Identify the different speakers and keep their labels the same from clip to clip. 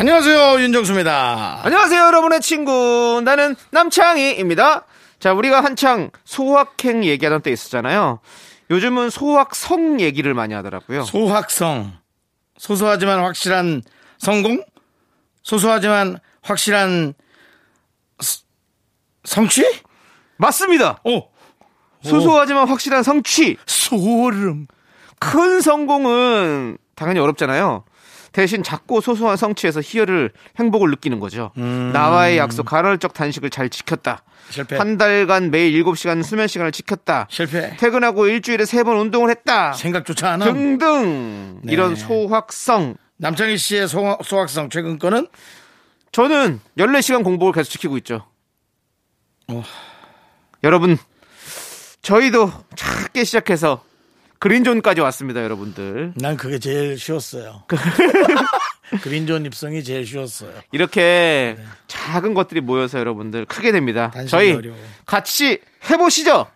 Speaker 1: 안녕하세요 윤정수입니다.
Speaker 2: 안녕하세요, 여러분의 친구. 나는 남창희입니다. 자, 우리가 한창 소확행 얘기하던 때 있었잖아요. 요즘은 소확성 얘기를 많이 하더라고요.
Speaker 1: 소확성 소소하지만 확실한 성공 소소하지만 확실한 스- 성취
Speaker 2: 맞습니다.
Speaker 1: 오
Speaker 2: 소소하지만 확실한 성취.
Speaker 1: 소름
Speaker 2: 큰 성공은 당연히 어렵잖아요. 대신 작고 소소한 성취에서 희열을 행복을 느끼는 거죠.
Speaker 1: 음.
Speaker 2: 나와의 약속, 간헐적 단식을 잘 지켰다.
Speaker 1: 실패.
Speaker 2: 한 달간 매일 7시간 수면 시간을 지켰다.
Speaker 1: 실패.
Speaker 2: 퇴근하고 일주일에 세 번 운동을 했다.
Speaker 1: 생각조차
Speaker 2: 어.
Speaker 1: 안 함.
Speaker 2: 등등
Speaker 1: 네.
Speaker 2: 이런 소확성
Speaker 1: 남창희 씨의 소, 소확성 최근 거는
Speaker 2: 저는 14시간 공복을 계속 지키고 있죠 어. 여러분 저희도 작게 시작해서 그린존까지 왔습니다 여러분들
Speaker 1: 난 그게 제일 쉬웠어요. 그린존 입성이 제일 쉬웠어요.
Speaker 2: 이렇게 작은 것들이 모여서 여러분들 크게 됩니다
Speaker 1: 단순히
Speaker 2: 저희
Speaker 1: 어려워.
Speaker 2: 같이 해보시죠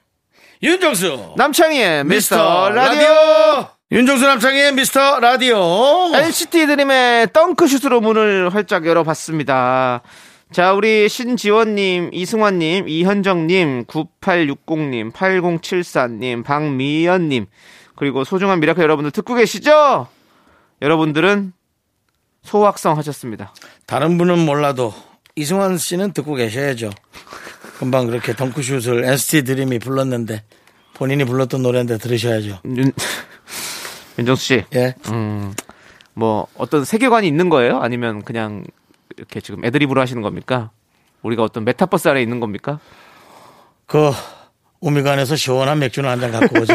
Speaker 1: 윤정수
Speaker 2: 남창희의 미스터 라디오,
Speaker 1: 윤정수 남창희의 미스터 라디오 어.
Speaker 2: NCT 드림의 덩크슛으로 문을 활짝 열어봤습니다. 자, 우리 신지원님, 이승환님, 이현정님, 9860님, 8074님, 박미연님, 그리고 소중한 미라클 여러분들 듣고 계시죠? 여러분들은 소확성 하셨습니다.
Speaker 1: 다른 분은 몰라도 이승환 씨는 듣고 계셔야죠. 금방 그렇게 덩크슛을 NCT 드림이 불렀는데 본인이 불렀던 노래인데 들으셔야죠.
Speaker 2: 윤, 윤정수 씨,
Speaker 1: 예.
Speaker 2: 음, 뭐, 어떤 세계관이 있는 거예요? 아니면 그냥 이렇게 지금 애드립으로 하시는 겁니까? 우리가 어떤 메타버스 안에 있는 겁니까?
Speaker 1: 그 우미관에서 시원한 맥주는 한 잔 갖고 오지.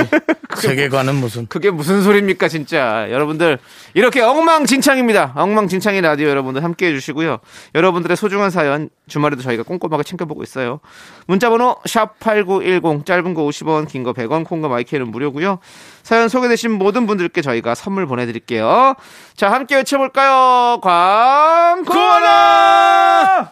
Speaker 1: 세계관은 무슨
Speaker 2: 그게 무슨 소리입니까 진짜 여러분들 이렇게 엉망진창입니다 엉망진창의 라디오 여러분들 함께해 주시고요 여러분들의 소중한 사연 주말에도 저희가 꼼꼼하게 챙겨보고 있어요 문자번호 샵8910 짧은 거 50원 긴 거 100원 콩과 마이크는 무료고요 사연 소개되신 모든 분들께 저희가 선물 보내드릴게요 자 함께 외쳐볼까요 광고라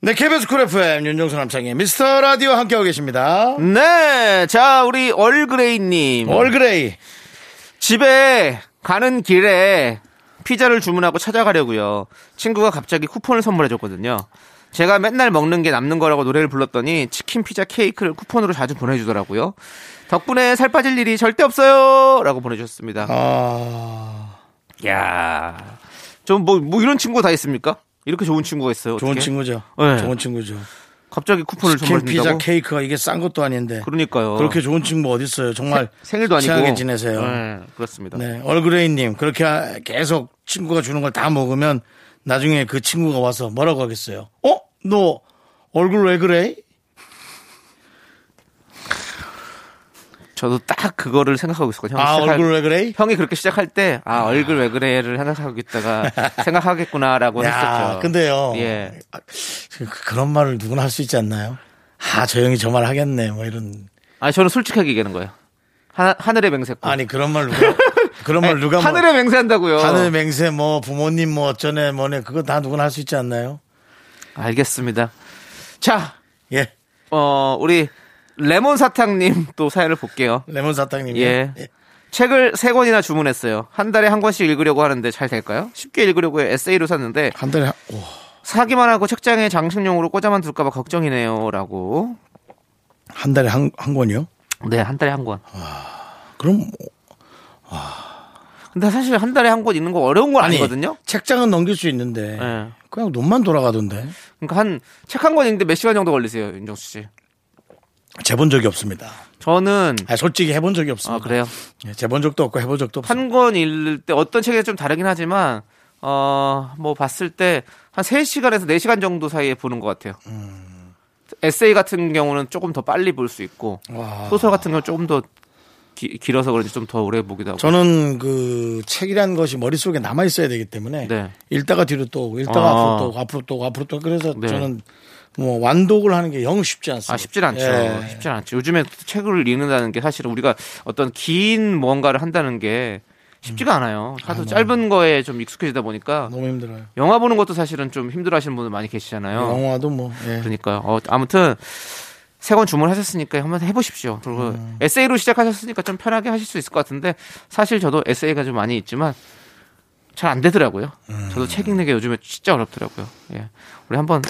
Speaker 1: 네, KBS 쿨 FM 윤정수 남창희의 미스터 라디오 함께하고 계십니다.
Speaker 2: 네, 자, 우리 얼그레이님.
Speaker 1: 어? 월그레이.
Speaker 2: 집에 가는 길에 피자를 주문하고 찾아가려고요. 친구가 갑자기 쿠폰을 선물해줬거든요. 제가 맨날 먹는 게 남는 거라고 노래를 불렀더니 치킨 피자 케이크를 쿠폰으로 자주 보내주더라고요. 덕분에 살 빠질 일이 절대 없어요. 라고 보내주셨습니다.
Speaker 1: 아,
Speaker 2: 야 좀 뭐, 뭐 이런 친구가 다 있습니까? 이렇게 좋은 친구가 있어요.
Speaker 1: 좋은
Speaker 2: 어떻게?
Speaker 1: 친구죠.
Speaker 2: 네.
Speaker 1: 좋은 친구죠.
Speaker 2: 갑자기 쿠폰을
Speaker 1: 치킨 피자
Speaker 2: 선물해준다고?
Speaker 1: 케이크가 이게 싼 것도 아닌데.
Speaker 2: 그러니까요.
Speaker 1: 그렇게 좋은 친구 어디 있어요? 정말
Speaker 2: 생일도 아니고.
Speaker 1: 친하게 지내세요.
Speaker 2: 네, 그렇습니다.
Speaker 1: 네, 얼그레이님 그렇게 하- 계속 친구가 주는 걸 다 먹으면 나중에 그 친구가 와서 뭐라고 하겠어요? 어, 너 얼굴 왜 그래?
Speaker 2: 저도 딱 그거를 생각하고 있었거든요.
Speaker 1: 아,
Speaker 2: 시작할-
Speaker 1: 얼굴 왜 그래?
Speaker 2: 형이 그렇게 시작할 때, 아, 얼굴 왜 그래를 생각하고 있다가 생각하겠구나라고
Speaker 1: 야,
Speaker 2: 했었죠.
Speaker 1: 근데요.
Speaker 2: 예.
Speaker 1: 아, 그- 그런 말을 누구나 할 수 있지 않나요? 아, 저 형이 저 말 하겠네. 뭐 이런.
Speaker 2: 아니, 저는 솔직하게 얘기하는 거예요. 하, 하늘의 맹세코.
Speaker 1: 아니, 그런 말 누가, 그런 말 누가 뭐-
Speaker 2: 하늘의 맹세한다고요.
Speaker 1: 하늘 맹세 뭐 부모님 뭐 어쩌네 뭐네 그거 다 누구나 할 수 있지 않나요?
Speaker 2: 알겠습니다. 자,
Speaker 1: 예.
Speaker 2: 어, 우리 레몬 사탕님 또 사연을 볼게요.
Speaker 1: 레몬 사탕님.
Speaker 2: 예. 책을 세 권이나 주문했어요. 한 달에 한 권씩 읽으려고 하는데 잘 될까요? 쉽게 읽으려고 에세이로 샀는데
Speaker 1: 한 달에 한, 오.
Speaker 2: 사기만 하고 책장에 장식용으로 꽂아만 둘까봐 걱정이네요. 라고.
Speaker 1: 한 달에 한, 한 권이요?
Speaker 2: 네, 한 달에 한 권.
Speaker 1: 그럼
Speaker 2: 근데 사실 한 달에 한 권 읽는 거 어려운 건 아니거든요.
Speaker 1: 책장은 넘길 수 있는데
Speaker 2: 예.
Speaker 1: 그냥 눈만 돌아가던데
Speaker 2: 그러니까 한 책 한 권 읽는데 몇 시간 정도 걸리세요, 윤정수 씨?
Speaker 1: 재본 적이 없습니다.
Speaker 2: 저는
Speaker 1: 아 솔직히 해본 적이
Speaker 2: 아
Speaker 1: 없습니다.
Speaker 2: 그래요.
Speaker 1: 예, 재본 적도 없고 해본 적도 없어요.
Speaker 2: 한 권 읽을 때 어떤 책이 좀 다르긴 하지만 어 뭐 봤을 때 한 3시간에서 4시간 정도 사이에 보는 것 같아요.
Speaker 1: 음.
Speaker 2: 에세이 같은 경우는 조금 더 빨리 볼 수 있고
Speaker 1: 와.
Speaker 2: 소설 같은 경우는 조금 더 기- 길어서 그런지 좀 더 오래 보기도 하고.
Speaker 1: 저는 그 책이라는 것이 머릿속에 남아 있어야 되기 때문에
Speaker 2: 네.
Speaker 1: 읽다가 뒤로 또 오고, 읽다가
Speaker 2: 아.
Speaker 1: 앞으로 또 오고, 앞으로 또 오고, 앞으로 또 오고. 그래서
Speaker 2: 네.
Speaker 1: 저는 뭐 완독을 하는 게 영 쉽지 않습니다.
Speaker 2: 아 쉽진 않죠.
Speaker 1: 예.
Speaker 2: 쉽진 않죠. 요즘에 책을 읽는다는 게 사실은 우리가 어떤 긴 뭔가를 한다는 게 쉽지가 않아요. 하도 짧은 거에 좀 익숙해지다 보니까
Speaker 1: 너무 힘들어요.
Speaker 2: 영화 보는 것도 사실은 좀 힘들어하시는 분들 많이 계시잖아요.
Speaker 1: 영화도 뭐 예.
Speaker 2: 그러니까요. 어, 아무튼 세 권 주문하셨으니까 한번 해보십시오. 그리고 에세이로 시작하셨으니까 좀 편하게 하실 수 있을 것 같은데 사실 저도 에세이가 좀 많이 있지만 잘 안 되더라고요. 저도 책 읽는 게 요즘에 진짜 어렵더라고요. 예. 우리 한번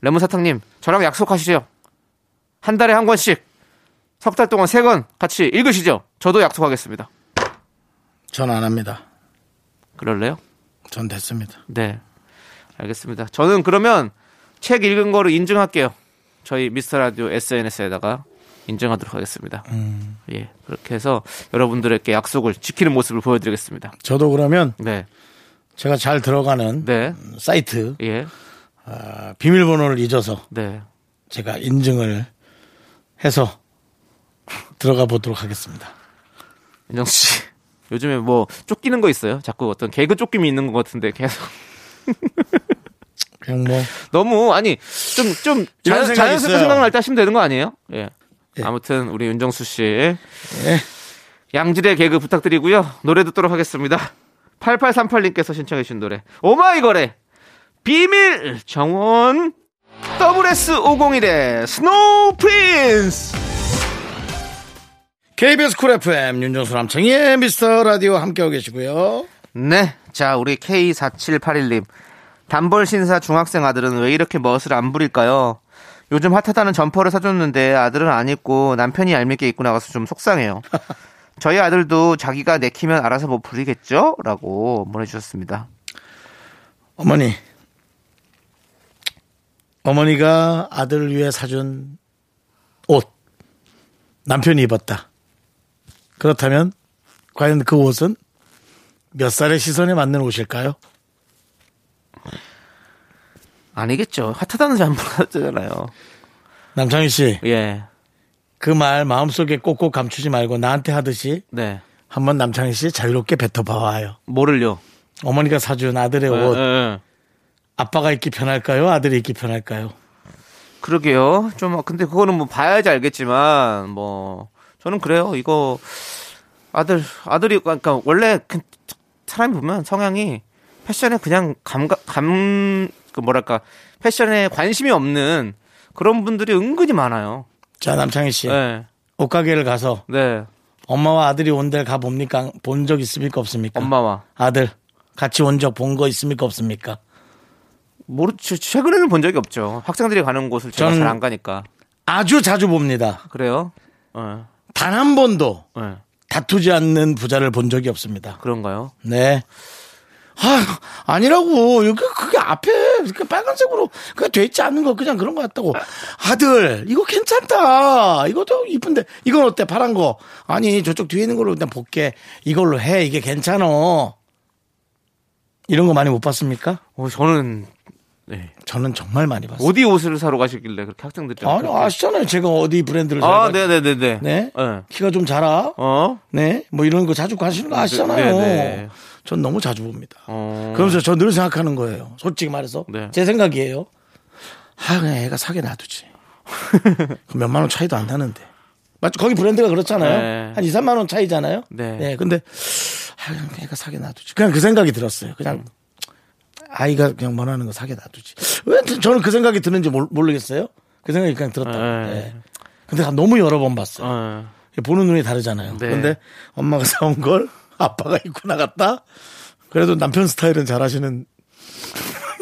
Speaker 2: 레몬 사탕님 저랑 약속하시죠. 한 달에 한 권씩 석 달 동안 세 권 같이 읽으시죠. 저도 약속하겠습니다.
Speaker 1: 전 안 합니다.
Speaker 2: 그럴래요?
Speaker 1: 전 됐습니다.
Speaker 2: 네. 알겠습니다. 저는 그러면 책 읽은 거로 인증할게요. 저희 미스터 라디오 SNS에다가 인증하도록 하겠습니다. 예. 그렇게 해서 여러분들에게 약속을 지키는 모습을 보여드리겠습니다.
Speaker 1: 저도 그러면
Speaker 2: 네.
Speaker 1: 제가 잘 들어가는
Speaker 2: 네.
Speaker 1: 사이트
Speaker 2: 예.
Speaker 1: 아, 비밀번호를 잊어서
Speaker 2: 네.
Speaker 1: 제가 인증을 해서 들어가 보도록 하겠습니다.
Speaker 2: 인정 씨. 요즘에 뭐 쫓기는 거 있어요? 자꾸 어떤 개그 쫓김이 있는 것 같은데 계속
Speaker 1: 그냥 뭐
Speaker 2: 너무 아니 좀 좀
Speaker 1: 이런
Speaker 2: 자연,
Speaker 1: 생각이
Speaker 2: 자연스럽게
Speaker 1: 있어요.
Speaker 2: 생각날 때 하시면 되는 거 아니에요? 예.
Speaker 1: 예.
Speaker 2: 아무튼 우리 윤정수 씨 양질의 개그 부탁드리고요 노래 듣도록 하겠습니다. 8838님께서 신청해주신 노래 오마이걸의 비밀 정원 WS501의 스노우 프린스
Speaker 1: KBS 쿨 FM 윤정수 남창희의 미스터 라디오 함께하고 계시고요.
Speaker 2: 네. 자, 우리 K4781님. 단벌 신사 중학생 아들은 왜 이렇게 멋을 안 부릴까요? 요즘 핫하다는 점퍼를 사줬는데 아들은 안 입고 남편이 얄밉게 입고 나가서 좀 속상해요. 저희 아들도 자기가 내키면 알아서 뭐 부리겠죠? 라고 보내주셨습니다.
Speaker 1: 어머니. 어머니가 아들을 위해 사준 옷. 남편이 입었다. 그렇다면, 과연 그 옷은 몇 살의 시선에 맞는 옷일까요?
Speaker 2: 아니겠죠. 핫하다는 점퍼를 사줬잖아요.
Speaker 1: 남창희 씨,
Speaker 2: 예.
Speaker 1: 그 말 마음속에 꼭꼭 감추지 말고 나한테 하듯이
Speaker 2: 네.
Speaker 1: 한번 남창희 씨 자유롭게 뱉어봐와요.
Speaker 2: 뭐를요?
Speaker 1: 어머니가 사준 아들의
Speaker 2: 예,
Speaker 1: 옷.
Speaker 2: 예.
Speaker 1: 아빠가 입기 편할까요? 아들이 입기 편할까요?
Speaker 2: 그러게요. 좀 근데 그거는 뭐 봐야지 알겠지만 뭐 저는 그래요. 이거 아들 아들이 그러니까 원래 그 사람이 보면 성향이 패션에 그냥 감각 감그 뭐랄까 패션에 관심이 없는 그런 분들이 은근히 많아요.
Speaker 1: 자, 남창희 씨.
Speaker 2: 네.
Speaker 1: 옷가게를 가서
Speaker 2: 네.
Speaker 1: 엄마와 아들이 온 데를 가봅니까? 본 적 있습니까? 없습니까?
Speaker 2: 엄마와
Speaker 1: 아들 같이 온 적 본 거 있습니까? 없습니까?
Speaker 2: 모르 최- 최근에는 본 적이 없죠. 학생들이 가는 곳을 제가
Speaker 1: 저는-
Speaker 2: 잘 안 가니까.
Speaker 1: 아주 자주 봅니다.
Speaker 2: 그래요? 예.
Speaker 1: 단 한 번도
Speaker 2: 예.
Speaker 1: 다투지 않는 부자를 본 적이 없습니다.
Speaker 2: 그런가요?
Speaker 1: 네. 아, 아니라고. 여기 그게 앞에 그 빨간색으로 그돼 있지 않는 거 그냥 그런 거 같다고. 아들, 이거 괜찮다. 이것도 이쁜데. 이건 어때? 파란 거. 아니, 저쪽 뒤에 있는 걸로 일단 볼게. 이걸로 해. 이게 괜찮어. 이런 거 많이 못 봤습니까?
Speaker 2: 어, 저는 네.
Speaker 1: 저는 정말 많이 봤어요.
Speaker 2: 어디 옷을 사러 가시길래 그렇게 학생들이
Speaker 1: 아니 아시잖아요. 제가 어디 브랜드를
Speaker 2: 아,
Speaker 1: 잘 가-
Speaker 2: 네네네네.
Speaker 1: 그 네.
Speaker 2: 예.
Speaker 1: 키가 좀 자라.
Speaker 2: 어?
Speaker 1: 네. 뭐 이런 거 자주 관심 거 아시잖아요.
Speaker 2: 네, 네.
Speaker 1: 전 너무 자주 봅니다.
Speaker 2: 어.
Speaker 1: 그러면서 저 늘 생각하는 거예요. 솔직히 말해서
Speaker 2: 네.
Speaker 1: 제 생각이에요. 아 그냥 애가 사게 놔두지. 그 몇만 원 차이도 안 나는데. 맞죠? 거기 브랜드가 그렇잖아요.
Speaker 2: 네.
Speaker 1: 한 2, 3만 원 차이잖아요.
Speaker 2: 네.
Speaker 1: 근데 아 그냥 애가 사게 놔두지. 그냥 그 생각이 들었어요.
Speaker 2: 음.
Speaker 1: 그냥 아이가 그냥 원하는 거 사게 놔두지. 왜 저- 저는 그 생각이 드는지 몰- 모르겠어요. 그 생각이 그냥 들었다.
Speaker 2: 네.
Speaker 1: 예. 근데 너무 여러 번 봤어요.
Speaker 2: 어.
Speaker 1: 보는 눈이 다르잖아요.
Speaker 2: 네.
Speaker 1: 근데 엄마가 사온 걸 아빠가 입고 나갔다? 그래도 남편 스타일은 잘 하시는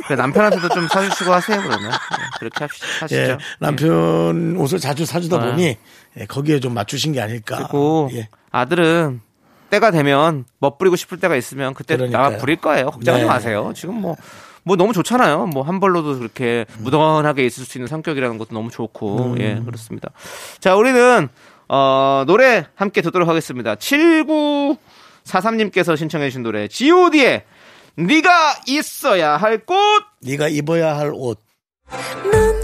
Speaker 2: 그래, 남편한테도 좀 사주시고 하세요, 그러면. 네, 그렇게 합시다. 하시죠. 예.
Speaker 1: 예, 남편 옷을 자주 사주다
Speaker 2: 아.
Speaker 1: 보니 예, 거기에 좀 맞추신 게 아닐까.
Speaker 2: 그리고
Speaker 1: 예.
Speaker 2: 아들은 때가 되면 멋부리고 싶을 때가 있으면 그때
Speaker 1: 그러니까요.
Speaker 2: 나와 부릴 거예요. 걱정하지
Speaker 1: 네.
Speaker 2: 마세요. 지금 뭐, 뭐 너무 좋잖아요. 뭐 한 벌로도 그렇게
Speaker 1: 음.
Speaker 2: 무던하게 있을 수 있는 성격이라는 것도 너무 좋고. 예, 그렇습니다. 자, 우리는, 어, 노래 함께 듣도록 하겠습니다. 7943님께서 신청해주신 노래, GOD의 네가 있어야 할 꽃!
Speaker 1: 네가 입어야 할 옷.
Speaker 3: 넌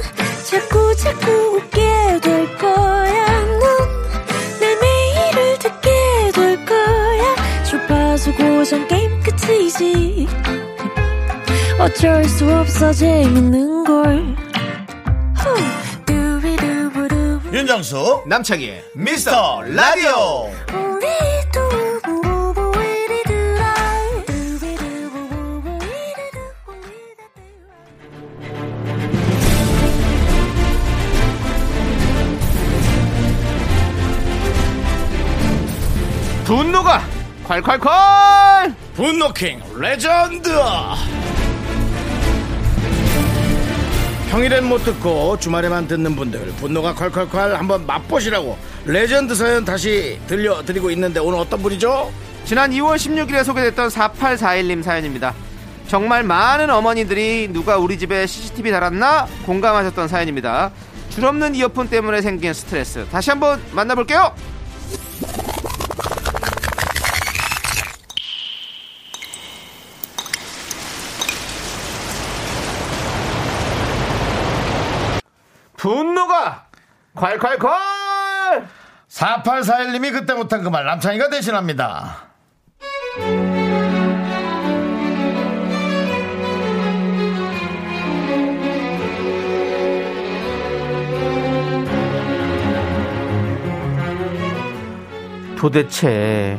Speaker 3: 자꾸 자꾸 웃게 될 거야. 넌내 매일을 듣게 될 거야. 주파수 고정 게임 끝이지. 어쩔 수 없어 재밌는 걸. 후. 두비두부두.
Speaker 4: 윤정수
Speaker 2: 남창희의
Speaker 4: 미스터 라디오
Speaker 3: 우리 두부부부 우리 두라. 두비두부부부 우리 두- 우리 두-
Speaker 2: 분노가 콸콸콸!
Speaker 4: 분노킹 레전드
Speaker 1: 평일엔 못 듣고 주말에만 듣는 분들 분노가 콸콸콸 한번 맛보시라고 레전드 사연 다시 들려드리고 있는데 오늘 어떤 분이죠?
Speaker 2: 지난 2월 16일에 소개됐던 4841님 사연입니다. 정말 많은 어머니들이 누가 우리 집에 CCTV 달았나 공감하셨던 사연입니다. 줄 없는 이어폰 때문에 생긴 스트레스 다시 한번 만나볼게요. 분노가 콸콸콸!
Speaker 4: 4841님이 그때 못한 그 말 남창희가 대신합니다
Speaker 2: 도대체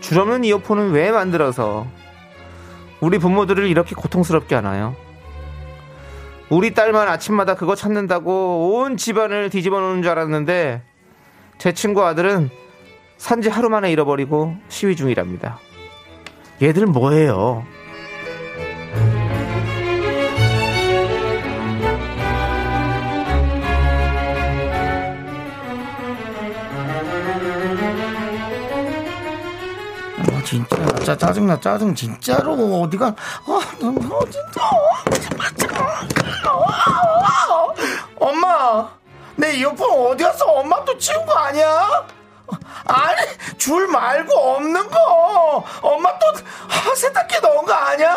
Speaker 2: 줄 없는 이어폰은 왜 만들어서 우리 부모들을 이렇게 고통스럽게 하나요? 우리 딸만 아침마다 그거 찾는다고 온 집안을 뒤집어 놓는 줄 알았는데 제 친구 아들은 산지 하루 만에 잃어버리고 시위 중이랍니다. 얘들 뭐해요?
Speaker 1: 아 진짜 짜, 짜증나 짜증 진짜로 어디가 아나 진짜 어, 진짜. 어, 엄마 내 이어폰 어디 갔어 엄마 또 치운 거 아니야? 아니 줄 말고 없는 거 엄마 또 아, 세탁기 넣은 거 아니야?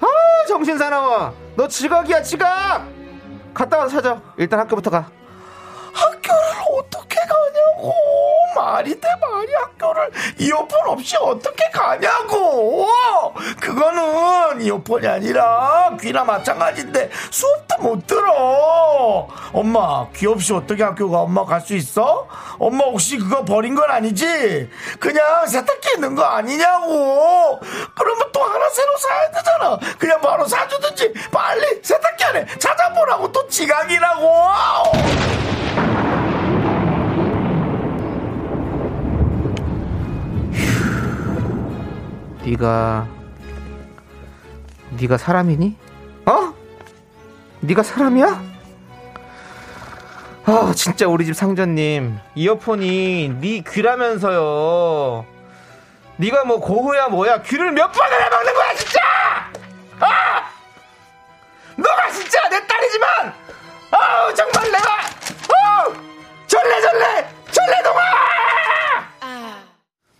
Speaker 2: 아 정신 사나워 너 지각이야 지각 갔다 와서 찾아 일단 학교부터 가
Speaker 1: 학교를 어떻게 가냐고 말이 돼 말이 학교를 이어폰 없이 어떻게 가냐고 그거는 이어폰이 아니라 귀나 마찬가지인데 수업도 못 들어 엄마 귀 없이 어떻게 학교 가 엄마 갈 수 있어 엄마 혹시 그거 버린 건 아니지 그냥 세탁기에 있는 거 아니냐고 그러면 또 하나 새로 사야 되잖아 그냥 바로 사주든지 빨리 세탁기 안에 찾아보라고 또 지각이라고
Speaker 2: 네가 네가 사람이니? 어? 네가 사람이야? 아 진짜 우리 집 상전님 이어폰이 네 귀라면서요. 네가 뭐 고흐야 뭐야 귀를 몇 번을 해먹는 거야 진짜! 아! 너가 진짜 내 딸이지만 아우 정말 내가 아우 전래 전래 전래 동화!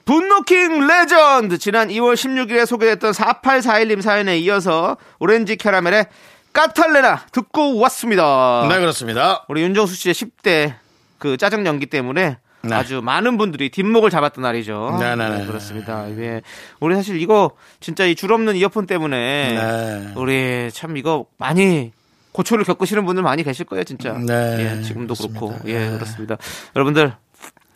Speaker 2: 분노킹 레전드 지난 2월 16일에 소개됐던 4841님 사연에 이어서 오렌지 캐러멜의 까탈레나 듣고 왔습니다.
Speaker 4: 네 그렇습니다
Speaker 2: 우리 윤정수 씨의 10대 그 짜증 연기 때문에 아주 많은 분들이 뒷목을 잡았던 날이죠.
Speaker 4: 네, 네, 네.
Speaker 2: 그렇습니다. 예. 우리 사실 이거 진짜 이 줄 없는 이어폰 때문에
Speaker 4: 네.
Speaker 2: 우리 참 이거 많이 고초를 겪으시는 분들 많이 계실 거예요, 진짜.
Speaker 4: 네,
Speaker 2: 예, 지금도 그렇고
Speaker 4: 그렇습니다. 네.
Speaker 2: 예, 그렇습니다. 여러분들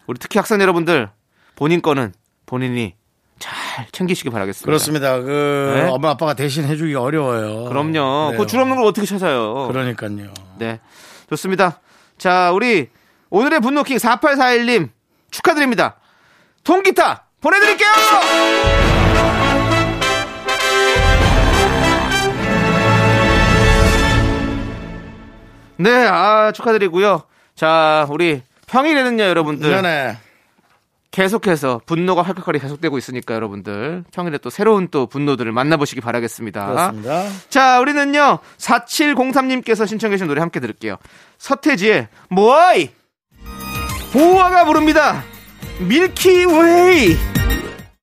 Speaker 2: 우리 특히 학생 여러분들 본인 거는 본인이 잘 챙기시기 바라겠습니다.
Speaker 4: 그렇습니다 그
Speaker 2: 네?
Speaker 4: 엄마 아빠가 대신 해주기 어려워요
Speaker 2: 그럼요.
Speaker 1: 네.
Speaker 4: 그래요.
Speaker 2: 그 줄 없는 걸 어떻게 찾아요?
Speaker 4: 네. 그러니까요
Speaker 2: 네. 좋습니다. 자, 우리 오늘의 분노킹 4841님 축하드립니다. 통기타 보내드릴게요! 네, 아, 축하드리고요. 자, 우리 평일에는요, 여러분들.
Speaker 1: 네네.
Speaker 2: 계속해서 분노가 활칼칼이 계속되고 있으니까 여러분들 평일에 또 새로운 또 분노들을 만나보시기 바라겠습니다.
Speaker 1: 그렇습니다.
Speaker 2: 자, 우리는요. 4703님께서 신청해 주신 노래 함께 들을게요. 서태지의 모아이 보아가 부릅니다. 밀키웨이.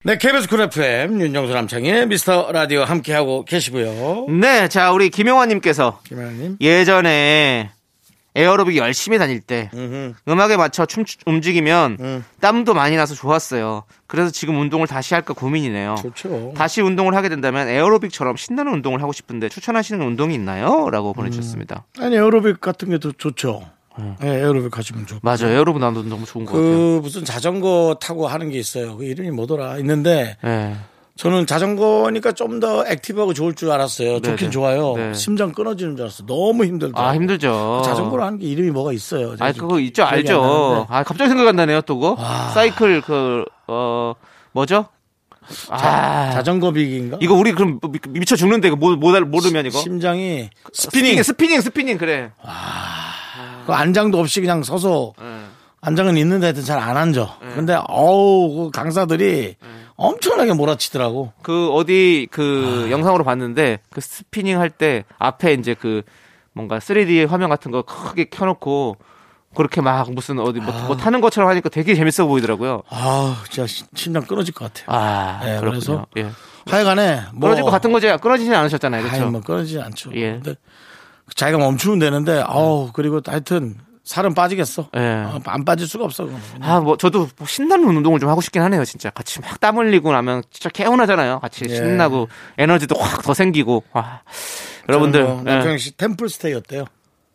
Speaker 1: 네, KBS 쿨 FM 윤정수 남창의 미스터 라디오 함께하고 계시고요.
Speaker 2: 네, 자, 우리 김용환 님께서
Speaker 1: 김하나님.
Speaker 2: 예전에 에어로빅 열심히 다닐 때 음악에 맞춰 춤 움직이면
Speaker 1: 음.
Speaker 2: 땀도 많이 나서 좋았어요. 그래서 지금 운동을 다시 할까 고민이네요.
Speaker 1: 좋죠.
Speaker 2: 다시 운동을 하게 된다면 에어로빅처럼 신나는 운동을 하고 싶은데 추천하시는 운동이 있나요? 라고 보내주셨습니다.
Speaker 1: 아니, 에어로빅 같은 게 더 좋죠.
Speaker 2: 음.
Speaker 1: 네, 에어로빅 하시면 좋고.
Speaker 2: 맞아요. 에어로빅 나도 너무 좋은 것 같아요.
Speaker 1: 그 무슨 자전거 타고 하는 게 있어요. 그 이름이 뭐더라? 있는데
Speaker 2: 네.
Speaker 1: 저는 자전거니까 좀 더 액티브하고 좋을 줄 알았어요. 좋긴
Speaker 2: 네네.
Speaker 1: 좋아요.
Speaker 2: 네.
Speaker 1: 심장 끊어지는 줄 알았어. 너무 힘들다.
Speaker 2: 아, 힘들죠.
Speaker 1: 그 자전거로 하는 게 이름이 뭐가 있어요.
Speaker 2: 아,
Speaker 1: 제가 지금
Speaker 2: 그거 있죠.
Speaker 1: 기억이 안
Speaker 2: 알죠.
Speaker 1: 나는데.
Speaker 2: 아, 갑자기 생각난다네요, 또 그거. 사이클, 그, 어, 뭐죠? 아,
Speaker 1: 자전거 빅인가?
Speaker 2: 이거 우리 그럼 미- 미쳐 죽는데, 이거 뭐, 뭐, 모르면 이거.
Speaker 1: 심장이
Speaker 2: 스피닝, 스피닝, 스피닝, 그래.
Speaker 1: 그 안장도 없이 그냥 서서
Speaker 2: 예.
Speaker 1: 안장은 있는데 하여튼 잘 안 앉아.
Speaker 2: 네.
Speaker 1: 근데 어우 그 강사들이 엄청나게 몰아치더라고.
Speaker 2: 그 어디
Speaker 1: 아.
Speaker 2: 그 영상으로 봤는데 그 스피닝 할 때 앞에 이제 그 뭔가 3D 화면 같은 거 크게 켜놓고 그렇게 막 무슨 어디 뭐, 뭐 타는 것처럼 하니까 되게 재밌어 보이더라고요.
Speaker 1: 아 진짜 시- 심장 끊어질 것 같아. 요
Speaker 2: 아
Speaker 1: 예,
Speaker 2: 그렇군요.
Speaker 1: 그래서
Speaker 2: 예.
Speaker 1: 하여간에 뭐
Speaker 2: 끊어질 것 같은 거지 끊어지진 않으셨잖아요,
Speaker 1: 아이, 뭐
Speaker 2: 그렇죠?
Speaker 1: 끊어지지 않죠.
Speaker 2: 예. 네.
Speaker 1: 근데 자기가 멈추면 되는데 아우 그리고 하여튼 살은 빠지겠어.
Speaker 2: 예.
Speaker 1: 어, 안 빠질 수가 없어. 그건.
Speaker 2: 아 뭐 저도 뭐 신나는 운동을 좀 하고 싶긴 하네요, 진짜. 같이 막 땀 흘리고 나면 진짜 개운하잖아요. 같이
Speaker 1: 예.
Speaker 2: 신나고 에너지도 확 더 생기고. 와. 여러분들
Speaker 1: 저는 뭐
Speaker 2: 예.
Speaker 1: 남편씨 템플 스테이 어때요?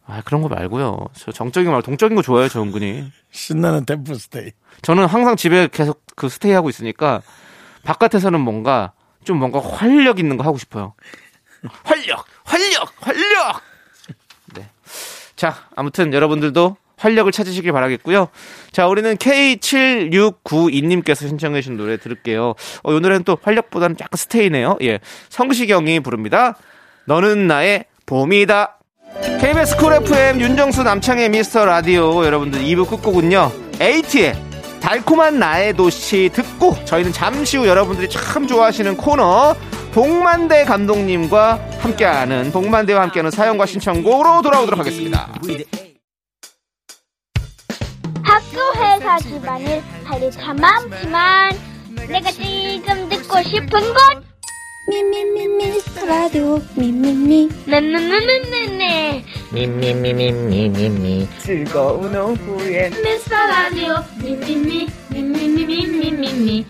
Speaker 2: 아 그런 거 말고요. 저 정적인 말 동적인 거 좋아해요, 저 은근히.
Speaker 1: 신나는 템플 스테이.
Speaker 2: 저는 항상 집에 계속 그 스테이하고 있으니까 바깥에서는 뭔가 좀 뭔가 활력 있는 거 하고 싶어요. 활력, 활력, 활력. 네. 자, 아무튼 여러분들도 활력을 찾으시길 바라겠고요. 자, 우리는 K7692님께서 신청해 주신 노래 들을게요. 어, 이 노래는 또 활력보다는 약간 스테이네요. 예. 성시경이 부릅니다. 너는 나의 봄이다. KBS 쿨 FM 윤정수 남창의 미스터 라디오 여러분들 2부 끝곡은요 에이티의 달콤한 나의 도시 듣고 저희는 잠시 후 여러분들이 참 좋아하시는 코너 복만대 감독님과 함께하는 복만대와 함께하는 사연과 신청곡으로 돌아오도록 하겠습니다
Speaker 5: 학교회사 집안일 할 일 참 많지만 내가 제일 좀 듣고 싶은 건
Speaker 3: 미미미 미스터 라디오 미미미
Speaker 5: 네, 네네네네네 미스터 라디오 미미미 미미미미미미미
Speaker 3: 미미미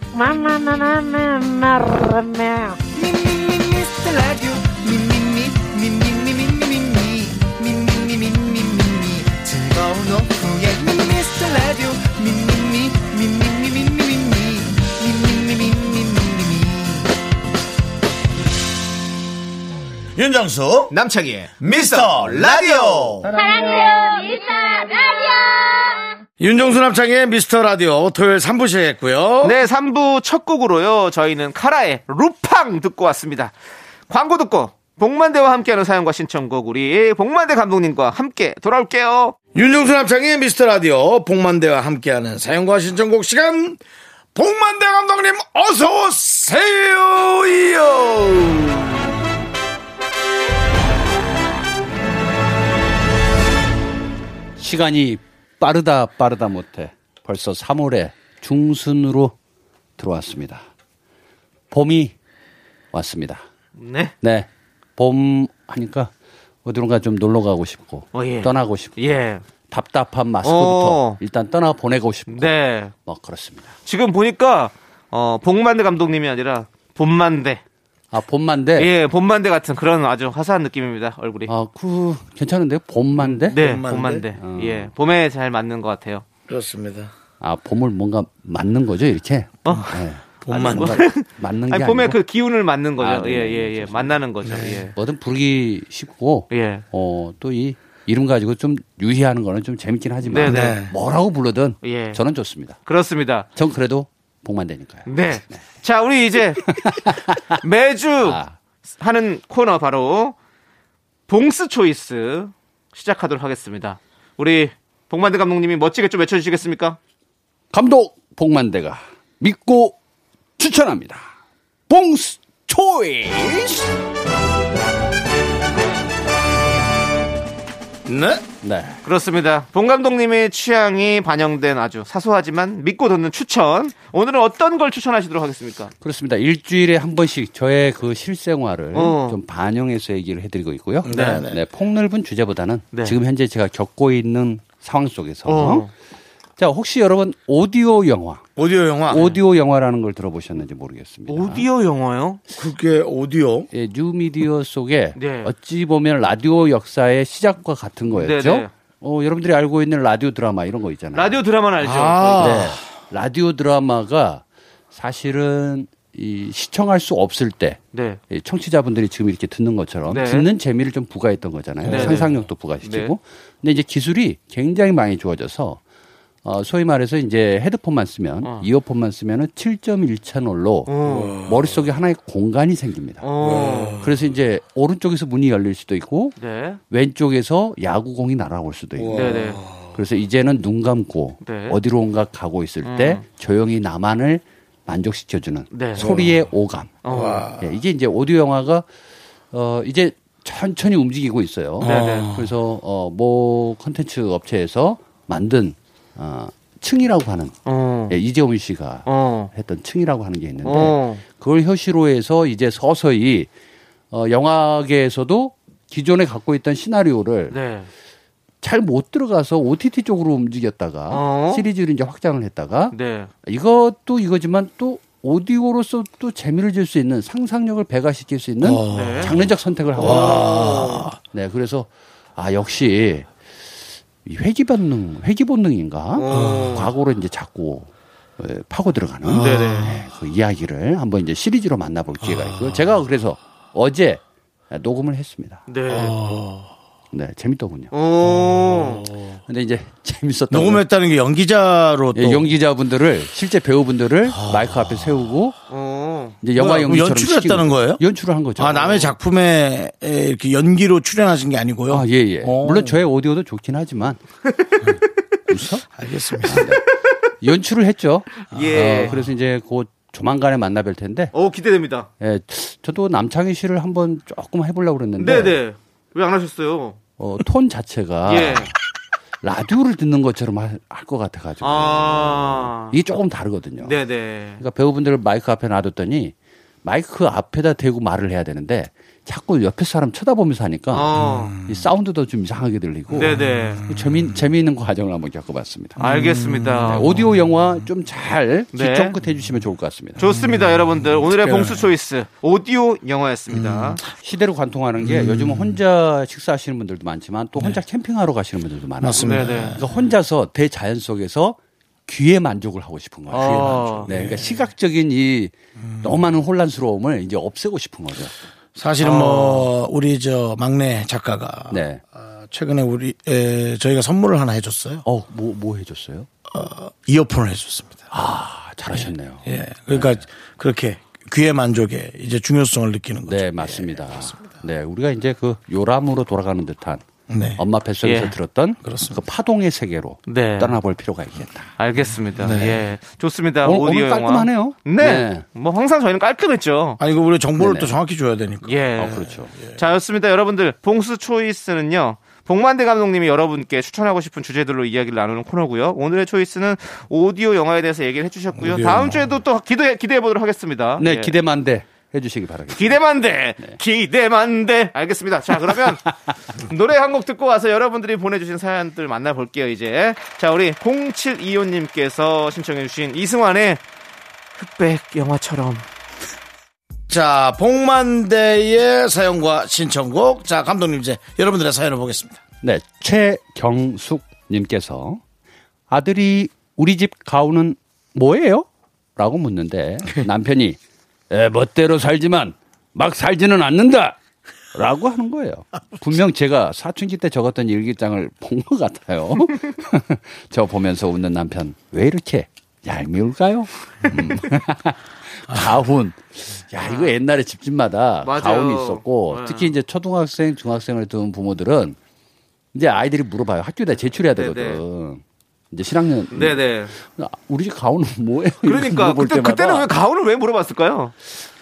Speaker 3: 미스터 라디오
Speaker 4: 윤정수
Speaker 2: 남창희의
Speaker 4: 미스터 라디오
Speaker 5: 사랑해요 미스터 라디오
Speaker 1: 윤종수 남창의 미스터 라디오 토요일 3부 시작했고요.
Speaker 2: 네 3부 첫 곡으로요 저희는 카라의 루팡 듣고 왔습니다 광고 듣고 복만대와 함께하는 사연과 신청곡 우리 복만대 감독님과 함께 돌아올게요
Speaker 1: 윤종수 남창의 미스터 라디오 복만대와 함께하는 사연과 신청곡 시간 복만대 감독님 어서 오세요. 이요.
Speaker 6: 시간이 빠르다 빠르다 못해 벌써 3월의 중순으로 들어왔습니다. 봄이 왔습니다.
Speaker 2: 네
Speaker 6: 네. 봄 하니까 어디론가 좀 놀러 가고 싶고
Speaker 2: 어, 예.
Speaker 6: 떠나고 싶고
Speaker 2: 예.
Speaker 6: 답답한 마스크부터
Speaker 2: 어.
Speaker 6: 일단 떠나 보내고 싶고
Speaker 2: 네.
Speaker 6: 뭐 그렇습니다.
Speaker 2: 지금 보니까 어 복만대 감독님이 아니라 봄만대.
Speaker 6: 아 봄만데
Speaker 2: 예, 봄만대 같은 그런 아주 화사한 느낌입니다. 얼굴이.
Speaker 6: 아그 괜찮은데요? 봄만데
Speaker 2: 예. 네,
Speaker 1: 봄만대?
Speaker 2: 봄만대.
Speaker 6: 어.
Speaker 2: 예. 봄에 잘 맞는 것 같아요.
Speaker 1: 그렇습니다.
Speaker 6: 아 봄을 뭔가 맞는 거죠 이렇게
Speaker 2: 어?
Speaker 6: 네.
Speaker 1: 봄만
Speaker 6: 뭔가 맞는 게
Speaker 2: 아니,
Speaker 6: 아니,
Speaker 2: 봄에 그 기운을 맞는 거죠.
Speaker 6: 아, 네,
Speaker 2: 예,
Speaker 6: 네,
Speaker 2: 예, 예. 만나는 거죠. 예.
Speaker 6: 뭐든 부르기 쉽고
Speaker 2: 예.
Speaker 6: 어, 또 이 이름 가지고 좀 유희하는 거는 좀 재밌긴 하지만
Speaker 2: 네네.
Speaker 6: 뭐라고 부르든
Speaker 2: 예.
Speaker 6: 저는 좋습니다.
Speaker 2: 그렇습니다.
Speaker 6: 전 그래도 복만 되니까요.
Speaker 2: 네. 자, 우리 이제 매주
Speaker 6: 아.
Speaker 2: 하는 코너 바로 봉스 초이스 시작하도록 하겠습니다. 우리 복만대 감독님이 멋지게 좀 외쳐주시겠습니까?
Speaker 6: 감독 복만대가 믿고 추천합니다. 봉스 초이스.
Speaker 4: 네?
Speaker 6: 네.
Speaker 2: 그렇습니다. 봉 감독님의 취향이 반영된 아주 사소하지만 믿고 듣는 추천. 오늘은 어떤 걸 추천하시도록 하겠습니까?
Speaker 6: 그렇습니다. 일주일에 한 번씩 저의 그 실생활을
Speaker 2: 어.
Speaker 6: 좀 반영해서 얘기를 해드리고 있고요.
Speaker 2: 네,
Speaker 6: 네, 폭넓은 주제보다는
Speaker 2: 네.
Speaker 6: 지금 현재 제가 겪고 있는 상황 속에서
Speaker 2: 어.
Speaker 6: 자 혹시 여러분 오디오 영화,
Speaker 1: 뭐, 오디오 영화.
Speaker 6: 오디오 영화라는 걸 들어보셨는지 모르겠습니다.
Speaker 2: 아, 네. 오디오 영화요?
Speaker 1: 그게 오디오.
Speaker 6: 예, 뉴미디어 속에
Speaker 2: 네.
Speaker 6: 어찌 보면 라디오 역사의 시작과 같은 거였죠.
Speaker 2: 네, 네.
Speaker 6: 어, 여러분들이 알고 있는 라디오 드라마 이런 거 있잖아요.
Speaker 2: 라디오 드라마는 알죠?
Speaker 1: 아.
Speaker 6: 네. 라디오 드라마가 사실은 이 시청할 수 없을 때
Speaker 2: 네.
Speaker 6: 이 청취자분들이 지금 이렇게 듣는 것처럼
Speaker 2: 네.
Speaker 6: 듣는 재미를 좀 부과했던 거잖아요.
Speaker 2: 네,
Speaker 6: 상상력도 부과시키고. 근데 이제 기술이 굉장히 많이 좋아져서 어, 소위 말해서 이제 헤드폰만 쓰면
Speaker 2: 어.
Speaker 6: 이어폰만 쓰면은 7.1 채널로 머릿속에 하나의 공간이 생깁니다.
Speaker 2: 어.
Speaker 6: 그래서 이제 오른쪽에서 문이 열릴 수도 있고
Speaker 2: 네.
Speaker 6: 왼쪽에서 야구공이 날아올 수도 있고
Speaker 2: 네네.
Speaker 6: 그래서 이제는 눈 감고
Speaker 2: 네. 음.
Speaker 6: 어디론가 가고 있을 때 조용히 나만을 만족시켜주는
Speaker 2: 네.
Speaker 6: 소리의 오감.
Speaker 2: 어.
Speaker 6: 예, 이게 이제 오디오 영화가 어, 이제 천천히 움직이고 있어요.
Speaker 2: 네네.
Speaker 6: 그래서 어, 뭐 컨텐츠 업체에서 만든 어, 층이라고 하는
Speaker 2: 어.
Speaker 6: 예, 이재훈 씨가
Speaker 2: 어.
Speaker 6: 했던 층이라고 하는 게 있는데
Speaker 2: 어.
Speaker 6: 그걸 효시로 해서 이제 서서히 어, 영화계에서도 기존에 갖고 있던 시나리오를
Speaker 2: 네.
Speaker 6: 잘 못 들어가서 OTT 쪽으로 움직였다가
Speaker 2: 어.
Speaker 6: 시리즈를 이제 확장을 했다가
Speaker 2: 네.
Speaker 6: 이것도 이거지만 또 오디오로서 또 재미를 줄 수 있는 상상력을 배가시킬 수 있는
Speaker 2: 네.
Speaker 6: 장르적 선택을 하고 네 그래서 아 역시 이 회기 본능 회기 본능인가 과거로 이제 자꾸 예, 파고 들어가는
Speaker 2: 어. 아. 네네. 아.
Speaker 6: 네, 그 이야기를 한번 이제 시리즈로 만나볼 기회가 있고요 제가 그래서 어제 녹음을 했습니다
Speaker 2: 네.
Speaker 1: 아.
Speaker 6: 네 재밌더군요
Speaker 2: 어.
Speaker 6: 근데 이제 재밌었던 건
Speaker 1: 녹음했다는 게 연기자로 또
Speaker 6: 예, 연기자분들을 실제 배우분들을
Speaker 2: 아.
Speaker 6: 마이크 앞에 세우고
Speaker 2: 어.
Speaker 6: 이제 영화
Speaker 1: 뭐야,
Speaker 6: 연기처럼
Speaker 1: 연출을
Speaker 6: 시키고
Speaker 1: 했다는 거예요?
Speaker 6: 연출을 한 거죠.
Speaker 1: 아 남의 작품에 에, 이렇게 연기로 출연하신 게 아니고요.
Speaker 6: 아, 예, 예.
Speaker 1: 어.
Speaker 6: 물론 저의 오디오도 좋긴 하지만
Speaker 1: 알겠습니다.
Speaker 6: 연출을 했죠.
Speaker 2: 예.
Speaker 6: 어, 그래서 이제 곧 조만간에 만나 뵐 텐데
Speaker 2: 어, 기대됩니다.
Speaker 6: 예, 저도 남창희 씨를 한번 조금 해보려고 그랬는데
Speaker 2: 네네. 왜 안 하셨어요?
Speaker 6: 어, 톤 자체가
Speaker 2: 예.
Speaker 6: 라디오를 듣는 것처럼 할 것 같아가지고
Speaker 2: 아.
Speaker 6: 이게 조금 다르거든요.
Speaker 2: 네네.
Speaker 6: 그러니까 배우분들을 마이크 앞에 놔뒀더니 마이크 앞에다 대고 말을 해야 되는데 자꾸 옆에 사람 쳐다보면서 하니까
Speaker 2: 어.
Speaker 6: 이 사운드도 좀 이상하게 들리고
Speaker 2: 네네.
Speaker 6: 재미 재미있는 과정을 한번 겪어봤습니다. 네,
Speaker 2: 알겠습니다.
Speaker 6: 오디오 영화 좀 잘
Speaker 2: 네.
Speaker 6: 지정끝 해주시면 좋을 것 같습니다.
Speaker 2: 좋습니다, 여러분들. 오늘의 봉수 초이스 오디오 영화였습니다.
Speaker 6: 시대를 관통하는 게
Speaker 2: 음.
Speaker 6: 요즘은 혼자 식사하시는 분들도 많지만 또
Speaker 2: 네.
Speaker 6: 혼자 캠핑하러 가시는 분들도 많아요.
Speaker 1: 맞습니다.
Speaker 2: 네네.
Speaker 6: 그러니까 혼자서 대자연 속에서 귀의 만족을 하고 싶은 거예요. 귀의
Speaker 2: 아.
Speaker 6: 만족. 네, 그러니까 시각적인 이 너무 많은 혼란스러움을 이제 없애고 싶은 거죠.
Speaker 1: 사실은 뭐 우리 저 막내 작가가
Speaker 6: 어. 네.
Speaker 1: 아, 최근에 우리 에, 저희가 선물을 하나 해줬어요.
Speaker 6: 어, 뭐, 뭐 해줬어요?
Speaker 1: 이어폰을 해줬습니다.
Speaker 6: 아, 잘하셨네요.
Speaker 1: 예. 그러니까 그렇게 귀의 만족에 이제 중요성을 느끼는 거죠.
Speaker 6: 네, 맞습니다. 네, 우리가 이제 그 요람으로 돌아가는 듯한
Speaker 1: 네.
Speaker 6: 엄마 뱃속에서
Speaker 2: 예.
Speaker 6: 들었던 그
Speaker 1: 그렇습니다.
Speaker 6: 파동의 세계로
Speaker 2: 네.
Speaker 6: 떠나볼 필요가 있겠다.
Speaker 2: 알겠습니다. 예. 좋습니다.
Speaker 6: 네. 어, 오늘-
Speaker 2: 오디오
Speaker 6: 오늘 깔끔하네요.
Speaker 2: 영화. 네.
Speaker 6: 네.
Speaker 2: 뭐 항상 저희는 깔끔했죠.
Speaker 1: 아니 그 우리 정보를
Speaker 6: 네네.
Speaker 1: 또 정확히 줘야 되니까.
Speaker 2: 예.
Speaker 6: 어, 그렇죠.
Speaker 2: 자, 였습니다. 여러분들, 봉수 초이스는요. 복만대 감독님이 여러분께 추천하고 싶은 주제들로 이야기를 나누는 코너고요. 오늘의 초이스는 오디오 영화에 대해서 얘기를 해주셨고요.
Speaker 1: 오디오
Speaker 2: 다음
Speaker 1: 영화.
Speaker 2: 주에도 또 기대 기대해 보도록 하겠습니다.
Speaker 6: 네,
Speaker 2: 예.
Speaker 6: 기대만대 해주시기 바라겠습니다.
Speaker 2: 기대만대 기대만대 알겠습니다 자 그러면 노래 한 곡 듣고 와서 여러분들이 보내주신 사연들 만나볼게요 이제 자 우리 0725님께서 신청해주신 이승환의 흑백 영화처럼
Speaker 1: 자, 복만대의 사연과 신청곡. 자, 감독님 이제 여러분들의 사연을 보겠습니다.
Speaker 6: 네, 최경숙님께서 아들이 우리 집 가구는 뭐예요? 라고 묻는데 남편이 에, 멋대로 살지만 막 살지는 않는다! 라고 하는 거예요. 분명 제가 사춘기 때 적었던 일기장을 본 것 같아요. 저 보면서 웃는 남편, 왜 이렇게 얄미울까요? 음. 가훈. 야, 이거 옛날에 집집마다
Speaker 2: 맞아요.
Speaker 6: 가훈이 있었고,
Speaker 2: 네.
Speaker 6: 특히 이제 초등학생, 중학생을 둔 부모들은 이제 아이들이 물어봐요. 학교에다 제출해야
Speaker 2: 네, 네.
Speaker 6: 되거든. 이제 신학년.
Speaker 2: 네네.
Speaker 6: 아, 우리 집 가온은 뭐예요?
Speaker 2: 그러니까
Speaker 6: 물어볼
Speaker 2: 그때
Speaker 6: 때마다.
Speaker 2: 그때는 왜 가온을 왜 물어봤을까요?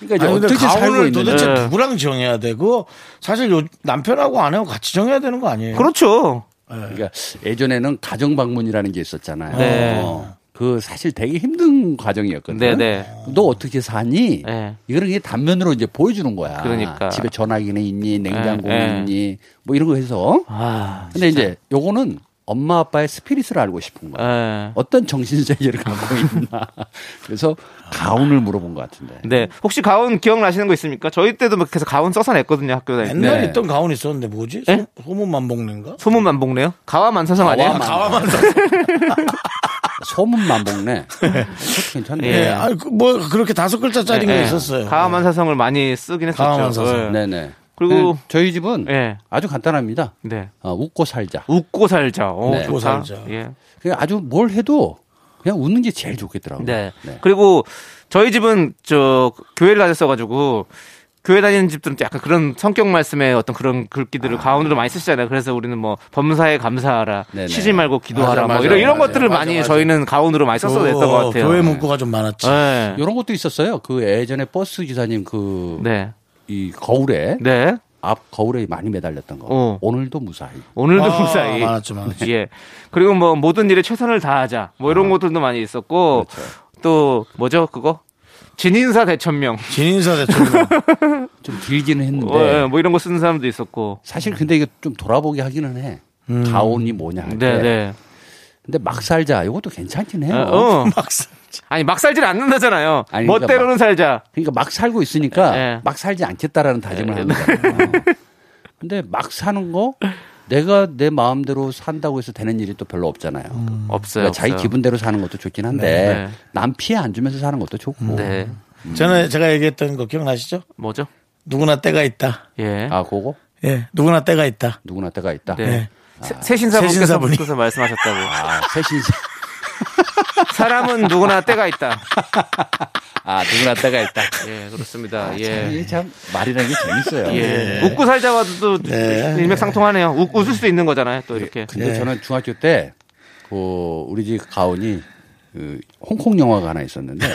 Speaker 6: 그러니까 이제
Speaker 1: 아니, 근데
Speaker 6: 어떻게 살고
Speaker 1: 가훈을
Speaker 6: 있는지
Speaker 1: 도대체
Speaker 2: 네.
Speaker 1: 누구랑 정해야 되고 사실 요 남편하고 아내하고 같이 정해야 되는 거 아니에요?
Speaker 2: 그렇죠.
Speaker 6: 그러니까 예전에는 가정 방문이라는 게 있었잖아요.
Speaker 2: 네.
Speaker 6: 어, 그 사실 되게 힘든 과정이었거든요.
Speaker 2: 네네.
Speaker 6: 너 어떻게 사니?
Speaker 2: 네.
Speaker 6: 이런 게 단면으로 이제 보여주는 거야.
Speaker 2: 그러니까.
Speaker 6: 집에 전화기는 있니? 냉장고는
Speaker 2: 네, 네.
Speaker 6: 있니? 뭐 이런 거 해서.
Speaker 2: 아,
Speaker 6: 근데 이제 요거는 엄마 아빠의 스피릿을 알고 싶은 거야.
Speaker 2: 예.
Speaker 6: 어떤 정신세계를 갖고 있나. 그래서 가훈을 물어본 것 같은데.
Speaker 2: 네. 혹시 가온 기억나시는 거 있습니까? 저희 때도 막 계속 가온 써서 냈거든요, 학교 다닐 때.
Speaker 1: 옛날에
Speaker 6: 네.
Speaker 1: 있던 가훈이 있었는데 뭐지?
Speaker 2: 예?
Speaker 1: 소, 문만 먹는가?
Speaker 2: 소문만 복네요? 가와만 사성 아니에요? 네.
Speaker 1: 가와만 사.
Speaker 6: 소문만 먹네. 그것도 괜찮네.
Speaker 1: 예.
Speaker 2: 예.
Speaker 1: 아니 그, 뭐 그렇게 다섯 글자짜리인
Speaker 2: 예.
Speaker 1: 게 있었어요. 네.
Speaker 2: 가와만 사성을 많이 쓰긴 했었죠.
Speaker 1: 가와만 사성.
Speaker 2: 예.
Speaker 6: 네네.
Speaker 2: 그리고-
Speaker 6: 네, 저희 집은
Speaker 2: 예.
Speaker 6: 아주 간단합니다.
Speaker 2: 네.
Speaker 6: 어, 웃고 살자.
Speaker 2: 웃고 살자. 어,
Speaker 6: 네.
Speaker 2: 좋다.
Speaker 1: 웃고 살자.
Speaker 2: 예.
Speaker 6: 그냥 아주 뭘 해도 그냥 웃는 게 제일 좋겠더라고요.
Speaker 2: 네.
Speaker 6: 네.
Speaker 2: 그리고 저희 집은 저 교회를 다녔어가지고 교회 다니는 집들은 약간 그런 성격 말씀에 어떤 그런 글귀들을 가운으로 많이 쓰시잖아요. 그래서 우리는 뭐 범사에 감사하라,
Speaker 6: 네네.
Speaker 2: 쉬지 말고 기도하라,
Speaker 1: 맞아,
Speaker 2: 뭐
Speaker 1: 맞아,
Speaker 2: 이런 이런
Speaker 1: 맞아,
Speaker 2: 것들을
Speaker 1: 맞아,
Speaker 2: 많이
Speaker 1: 맞아.
Speaker 2: 저희는 가운으로 많이 썼어야 했던 것 같아요.
Speaker 1: 교회 문구가 좀 많았지.
Speaker 2: 네.
Speaker 6: 이런 것도 있었어요. 그 예전에 버스 기사님 그 이
Speaker 2: 네.
Speaker 6: 거울에
Speaker 2: 네.
Speaker 6: 앞 거울에 많이 매달렸던 거.
Speaker 2: 어.
Speaker 6: 오늘도 무사히.
Speaker 2: 오늘도
Speaker 1: 아,
Speaker 2: 무사히.
Speaker 1: 많았죠, 많았죠.
Speaker 2: 예. 그리고 뭐 모든 일에 최선을 다하자. 뭐
Speaker 1: 아.
Speaker 2: 이런 것들도 많이 있었고
Speaker 1: 그렇죠.
Speaker 2: 또 뭐죠 그거 진인사 대천명.
Speaker 1: 진인사 대통령.
Speaker 6: 좀 길기는 했는데
Speaker 1: 네.
Speaker 2: 어, 예, 뭐 이런 거 쓰는 사람도 있었고.
Speaker 6: 사실 근데 이거 좀 돌아보게 하기는 해. 가온이 뭐냐 할 때.
Speaker 2: 음. 네, 네.
Speaker 6: 근데 막 살자. 이것도 괜찮긴 해요.
Speaker 2: 어, 어.
Speaker 1: 박사.
Speaker 2: 아니 막 살질 않는다잖아요.
Speaker 6: 아니, 그러니까
Speaker 2: 멋대로는 살자.
Speaker 6: 그러니까 막 살고 있으니까
Speaker 2: 예.
Speaker 6: 막 살지 않겠다라는 다짐을 하는 거잖아요. 근데 막 사는 거 내가 내 마음대로 산다고 해서 되는 일이 또 별로 없잖아요.
Speaker 2: 없어요.
Speaker 6: 그러니까 자기
Speaker 2: 없어요.
Speaker 6: 기분대로 사는 것도 좋긴 한데
Speaker 2: 네, 네.
Speaker 6: 남 피해 안 주면서 사는 것도 좋고.
Speaker 2: 네.
Speaker 1: 저는 제가 얘기했던 거 기억나시죠?
Speaker 2: 뭐죠?
Speaker 1: 누구나 때가 있다.
Speaker 2: 예.
Speaker 6: 아, 그거
Speaker 1: 예, 누구나 때가 있다.
Speaker 6: 누구나 때가 있다.
Speaker 2: 네. 새- 새신사분께서
Speaker 1: 새신사분이.
Speaker 2: 분께서 말씀하셨다고.
Speaker 6: 아, 새신사.
Speaker 2: 사람은 누구나 때가 있다.
Speaker 6: 아, 누구나 때가 있다.
Speaker 2: 예, 그렇습니다. 예.
Speaker 6: 이게 참 말이라는 게 재밌어요.
Speaker 2: 예. 웃고 살자와도
Speaker 6: 네.
Speaker 2: 일맥상통하네요. 웃, 웃을 수도 있는 거잖아요. 또 이렇게.
Speaker 6: 근데 저는 중학교 때, 그, 우리 집 가온이, 그, 홍콩 영화가 하나 있었는데,